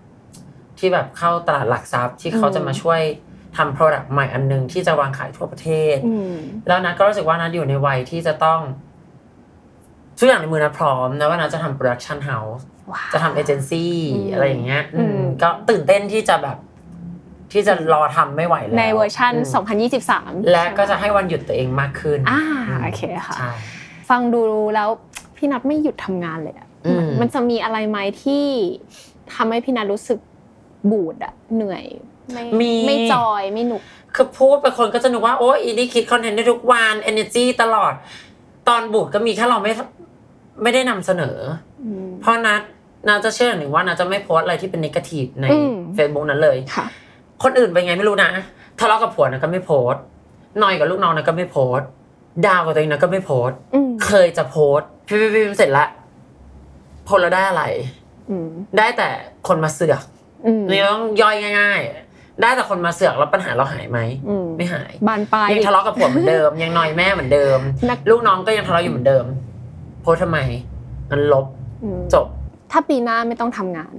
Speaker 2: ที่แบบเข้าตลาดหลักทรัพย์ที่เขาจะมาช่วยทำ Product ใหม่อันหนึงที่จะวางขายทั่วประเทศ
Speaker 1: อืม
Speaker 2: แล้วนัทก็รู้สึกว่านัทอยู่ในวัยที่จะต้องทุกอย่างในมือนัทพร้อมนะว่านัทจะทำโปรดักชันเฮาส์จะทำเอเจนซี่
Speaker 1: อืม
Speaker 2: อะไรอย่างเงี้ย อืม
Speaker 1: อืม
Speaker 2: ก็ตื่นเต้นที่จะแบบ ที่จะรอทำไม่ไหวแล้ว
Speaker 1: ในเวอร์ชัน
Speaker 2: ม
Speaker 1: 2023
Speaker 2: และก็จะให้วันหยุดตัวเองมากขึ้น
Speaker 1: อ่า
Speaker 2: อืม
Speaker 1: โอเคค่ะ
Speaker 2: ใช่
Speaker 1: ฟังดูแล้วพี่นัทไม่หยุดทำงานเลยอะ
Speaker 2: อืม
Speaker 1: มันจะมีอะไรไหมที่ทำให้พี่นัทรู้สึกบูดอะเหนื่อย ไม่ไม่จอยไม่หนุก
Speaker 2: คือพูดไปคนก็จะนึกว่า โอ้ยอีนี่คิดคอนเทนต์ได้ทุกวันเอเนจีตลอด ตอนบูดก็มีแค่เราไม่ไม่ได้นำเสนอ
Speaker 1: อืม
Speaker 2: เพราะนัทนัทจะเชื่อหนึ่งว่านัทจะไม่โพสต์อะไรที่เป็นนิเกทีฟใน
Speaker 1: อืม
Speaker 2: Facebook นั้นเลย
Speaker 1: ค่ะ
Speaker 2: คนอื่นเป็นไงไม่รู้นะทะเลาะกับผัวนะก็ไม่โพสต์นอยกับลูกน้องนะก็ไม่โพสต์ด่ากับตัวเองนะก็ไม่โพสต์
Speaker 1: อืม
Speaker 2: เคยจะโพสต์พิมพ์พิมพ์พิมพ์เสร็จละโพสต์แล้วได้อะไร
Speaker 1: อืม
Speaker 2: ได้แต่คนมาเสือก
Speaker 1: อืม
Speaker 2: นี่ต้องย่อยง่าย ๆ ได้แต่คนมาเสือกแล้วปัญหาเราหายไหม
Speaker 1: อืม
Speaker 2: ไม่หาย
Speaker 1: บานปลาย
Speaker 2: ยังทะเลาะกับผัวเหมือนเดิม ยังนอยแม่เหมือนเดิม
Speaker 1: นัก
Speaker 2: ลูกน้องก็ยังทะเลาะอยู่เหมือนเดิม โพสต์ทำไมมันลบ
Speaker 1: อืม
Speaker 2: จบ
Speaker 1: ถ้าปีหน้าไม่ต้องทำงาน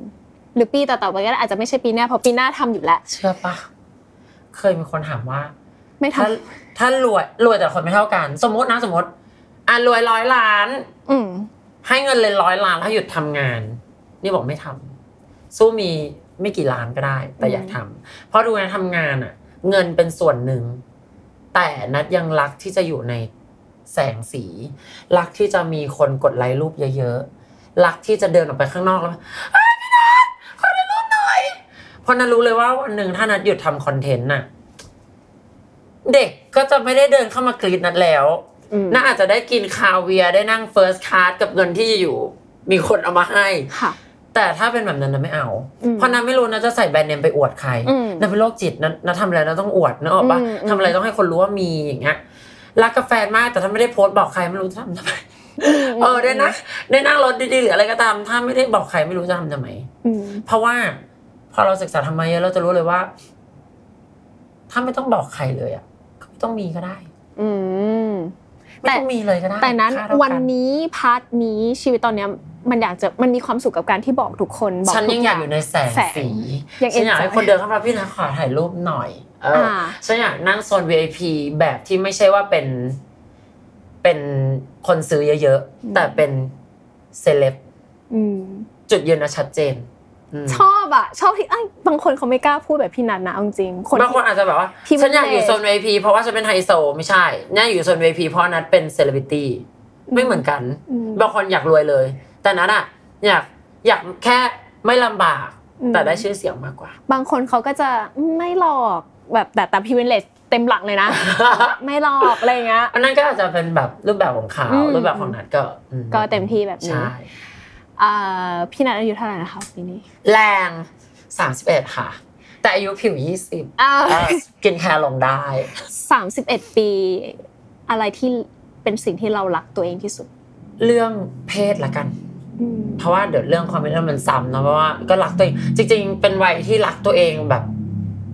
Speaker 1: หรือปีต่อๆไปก็ได้อาจจะไม่ใช่ปีหน้าเพราะปีหน้าทำอยู่แล้ว
Speaker 2: เชื่อปะเคยมีคนถามว่า
Speaker 1: ไม่ท
Speaker 2: ถ้าถ้ารวยรวยแต่ละคนไม่เท่ากัน สมมตินะสมมติอ่ะรวยร้อยล้าน
Speaker 1: ำอืม
Speaker 2: ให้เงินเลยร้อยล้านแล้วหยุดทำงาน นี่บอกไม่ทำสู้มีไม่กี่ล้านก็ได้ แต่
Speaker 1: อืม
Speaker 2: อยากทำเพราะดูนะทำงานอ่ะ เงินเป็นส่วนหนึ่ง แต่นัดยังรักที่จะอยู่ในแสงสี รักที่จะมีคนกดไลค์รูปเยอะๆรักที่จะเดินออกไปข้างนอกแล้วเอ้ยพี่นัทขอดูรูปหน่อยเพราะนัทรู้เลยว่าวันหนึ่งถ้านัดหยุดทำคอนเทนต์น่ะ เด็กก็จะไม่ได้เดินเข้ามากรีดนัดแล้ว
Speaker 1: อืม
Speaker 2: น่าอาจจะได้กินคาเวียร์ได้นั่งเฟิร์สคลาสกับเงินที่อยู่ มีคนเอามาให้
Speaker 1: ค่ะ
Speaker 2: แต่ถ้าเป็นแบบนั้นนะไม่เอา
Speaker 1: อืม
Speaker 2: เพราะนันไม่รู้นะจะใส่แบรนด์เนมไปอวดใคร
Speaker 1: อืม
Speaker 2: นันเป็นโรคจิตนะนะทำอะไรนะต้องอวดนะออกปะ
Speaker 1: อืมอืม
Speaker 2: ทำอะไรต้องให้คนรู้ว่ามีอย่างเงี้ยรักกาแฟนมากแต่ถ้าไม่ได้โพสต์บอกใครไม่รู้จะทำทำไมเออได้นะได้นั่งรถดีๆหรืออะไรก็ตาม ถ้าไม่ได้บอกใครไม่รู้จะทำทำไม
Speaker 1: อืม
Speaker 2: เพราะว่าพอเราศึกษาทำไมเราจะรู้เลยว่า ถ้าไม่ต้องบอกใครเลยอ่ะก็ไม่ต้องมีก็ได้
Speaker 1: อืม
Speaker 2: ไม่ต้องมีเลยก็ได้
Speaker 1: แต่นั้น
Speaker 2: ค่าเท่า
Speaker 1: วัน
Speaker 2: กั
Speaker 1: นี้พาร์ทนี้ชีวิตตอนเนี้ยมันอยากจะมันมีความสุขกับการที่บอกทุกคนบอก
Speaker 2: ฉัน
Speaker 1: ทุ
Speaker 2: ยังอยากอยู่ในแสง
Speaker 1: แสง
Speaker 2: สี
Speaker 1: ยัง
Speaker 2: ฉันอยาก
Speaker 1: enjoy
Speaker 2: ให้คนเดินเข้ามาพี่นะขอถ่ายรูปหน่อย เอออา ฉันอยากนั่งโซน VIP แบบที่ไม่ใช่ว่าเป็น เป็นคนซื้อเยอะๆ แต่เป็นเซเลบ
Speaker 1: อืม
Speaker 2: จุดยืนนะชัดเจนอืม
Speaker 1: ชอบอ่ะ ชอบที่เอ้ยบางคนเขาไม่กล้าพูดแบบพี่นันนะเอาจริงๆคน
Speaker 2: บางคน
Speaker 1: ที่
Speaker 2: อาจจะแบบว่า
Speaker 1: ที่
Speaker 2: ฉันอยากอยู่
Speaker 1: มันเล
Speaker 2: โซน VIP เพราะว่าฉันเป็นไฮโซไม่ใช่น่าอยู่โซน VIP เพราะนัดเป็นเซเลบริตี้ไม่เหมือนกัน
Speaker 1: อืม
Speaker 2: บางคนอยากรวยเลย แต่นัดอะอยากอยากแค่ไม่ลำบาก
Speaker 1: อืม
Speaker 2: แต่ได้ชื่อเสียงมากกว่า
Speaker 1: บางคนเขาก็จะอืมไม่หลอกแบบแต่แต่พิเวเลตเต็มหลังเลย
Speaker 2: <laughs>
Speaker 1: นะ ไม่หลอกอะไรอย่างเงี้ย
Speaker 2: อันนั้นก็อาจจะเป็นแบบรูปแบบของเขา
Speaker 1: อืม
Speaker 2: รูปแบบของนัดก็อื
Speaker 1: ก็เต็มที่แบบนี้
Speaker 2: ใช่
Speaker 1: อ่าพี่นันอายุเท่าไหร่นะคะปีนี้
Speaker 2: แรง31ค่ะ แต่อายุผิว 20
Speaker 1: อ่า
Speaker 2: เอ่อกินแคร์ลงได้
Speaker 1: สามสิบเอ็ดปี อะไรที่เป็นสิ่งที่เรารักตัวเองที่สุด
Speaker 2: เรื่องเพศละกัน
Speaker 1: อืม
Speaker 2: เพราะว่าเดี๋ยวเรื่องความเป็นมันซ้ำเนอะเพราะว่าก็รักตัวเอง จริง ๆ เป็นวัยที่รักตัวเองแบบ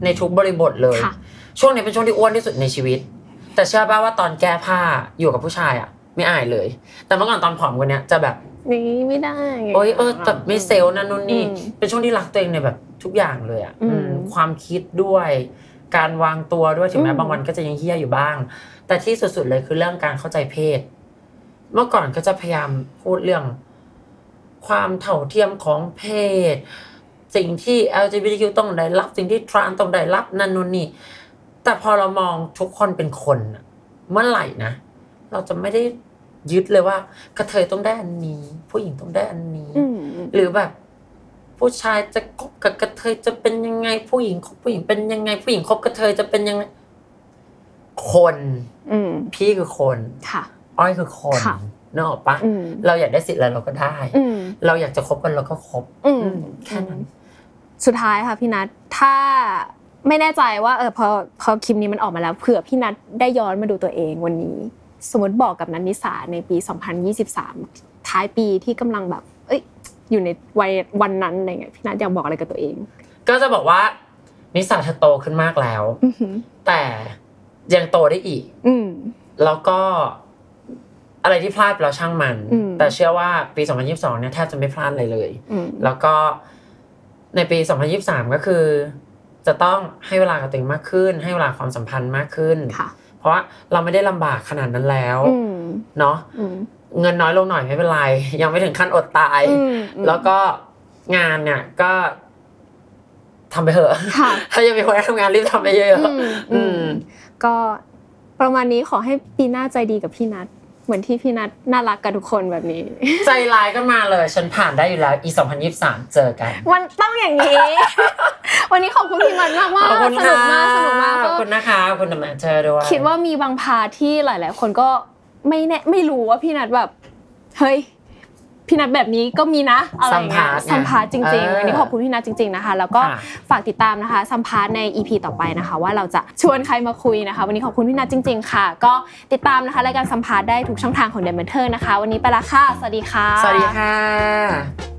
Speaker 2: ในทุกบริบทเลย
Speaker 1: ค่ะ
Speaker 2: ช่วงนี้เป็นช่วงที่อ้วนที่สุดในชีวิต แต่เชื่อป่าว่าตอนแก้ผ้าอยู่กับผู้ชายอ่ะ ไม่อายเลย แต่เมื่อก่อนตอนผอมกว่าเนี้ยจะแบบ
Speaker 1: อย่างนี้ไม่ได้ไง
Speaker 2: โอ้ยเออแต่ไม่เซลล์นั่นนู่นนี่
Speaker 1: อืม
Speaker 2: เป็นช่วงที่รักตัวเองในแบบทุกอย่างเลยอ่ะ
Speaker 1: อืม
Speaker 2: อืมความคิดด้วย การวางตัวด้วยถึงแม้
Speaker 1: อืม
Speaker 2: บางวันก็จะยังเฮี้ยอยู่บ้าง แต่ที่สุดๆเลยคือเรื่องการเข้าใจเพศ เมื่อก่อนก็จะพยายามพูดเรื่อง ความเท่าเทียมของเพศ สิ่งที่ LGBTQ ต้องได้รับ สิ่งที่ทรานต้องได้รับนั่นนู่นนี่ แต่พอเรามองทุกคนเป็นคนน่ะเมื่อไหร่นะ เราจะไม่ได้ยึดเลยว่ากระเทยต้องได้อันนี้ ผู้หญิงต้องได้อันนี้
Speaker 1: อืม
Speaker 2: หรือแบบ ผู้ชายจะคบกับกระเทยจะเป็นยังไง ผู้หญิงคบผู้หญิงเป็นยังไง ผู้หญิงคบกระเทยจะเป็นยังไง คน
Speaker 1: อืม
Speaker 2: พี่คือคน
Speaker 1: ค่ะ
Speaker 2: อ้อยคือคน
Speaker 1: ค่ะ
Speaker 2: นึกออกปะ
Speaker 1: อืม
Speaker 2: เราอยากได้สิทธิ์อะไรเราก็ได้
Speaker 1: อืม
Speaker 2: เราอยากจะคบกันเราก็คบ
Speaker 1: อืม
Speaker 2: อืมแค่นั้น
Speaker 1: สุดท้ายค่ะพี่นัท ถ้าไม่แน่ใจว่าเออพอพอคลิปนี้มันออกมาแล้วเผื่อพี่นัทได้ย้อนมาดูตัวเองวันนี้ สมมติบอกกับนัทนิสาในปี 2023 ท้ายปีที่กำลังแบบ เอ้ย อยู่ในวัยวันนั้นอะไรเงี้ยพี่นัทอยากบอกอะไรกับตัวเอง
Speaker 2: ก็จะบอกว่านิสาเธอโตขึ้นมากแล้ว
Speaker 1: อือหือ
Speaker 2: แต่ ยังโตได้อีก
Speaker 1: อืม
Speaker 2: แล้วก็อะไรที่พลาดไปแล้วช่างมัน
Speaker 1: อืม
Speaker 2: แต่เชื่อว่าปี 2022 เนี่ยแทบจะไม่พลาดอะไรเลย
Speaker 1: อืม
Speaker 2: แล้วก็ในปี 2023 ก็คือ จะต้องให้เวลากับตัวเองมากขึ้น ให้เวลาความสัมพันธ์มากขึ้น
Speaker 1: ค่ะ
Speaker 2: เพราะว่าเราไม่ได้ลำบากขนาดนั้นแล้ว
Speaker 1: อืม
Speaker 2: เนาะ
Speaker 1: อืม
Speaker 2: เงินน้อยลงหน่อยไม่เป็นไร <laughs> ยังไม่ถึงขั้นอดตาย
Speaker 1: อืม
Speaker 2: แล้วก็งานเนี่ยก็ทำไปเถอะ
Speaker 1: ค่ะ
Speaker 2: <laughs> ถ้ายังมีคนให้ทำงานรีบทำไปเยอะ
Speaker 1: อืม
Speaker 2: ๆ
Speaker 1: อื
Speaker 2: อื
Speaker 1: ม
Speaker 2: ม
Speaker 1: ก็ประมาณนี้ขอให้ปีหน้าใจดีกับพี่นัทเหมือนที่พี่นัทน่ารักกับทุกคนแบบนี้
Speaker 2: ใจร้ายก็มาเลย ฉันผ่านได้อยู่แล้ว อี2023 เจอกัน
Speaker 1: มันต้องอย่างนี้ วันนี้ขอบคุณพี่นัทมากมาก
Speaker 2: ขอบคุณ
Speaker 1: สนุก
Speaker 2: ค่ะ
Speaker 1: มากสนุกมาก
Speaker 2: ขอบ
Speaker 1: ก็
Speaker 2: คุณนะคะขอบคุณแม่เจอด้วย
Speaker 1: คิดว่ามีบางพาร์ทที่หลาย ๆ คนก็ไม่แน่ไม่รู้ว่าพี่นัทแบบเฮ้ยพี่นัทแบบนี้ก็มีนะอะไรอย่างเงี้ยสัมภาษณ์จริงๆวันนี้ขอบคุณพี่นัทจริง ๆ นะคะ แล้วก็
Speaker 2: ค่ะ
Speaker 1: ฝากติดตามนะคะสัมภาษณ์ใน EP ต่อไปนะคะ ว่าเราจะชวนใครมาคุยนะคะ วันนี้ขอบคุณพี่นัทจริง ๆ ค่ะ ก็ติดตามนะคะรายการสัมภาษณ์ได้ทุกช่องทางของ The m e n t o r นะคะ วันนี้ไปละค่ะ สวัสดีค่ะ
Speaker 2: สวัสดีค่ะ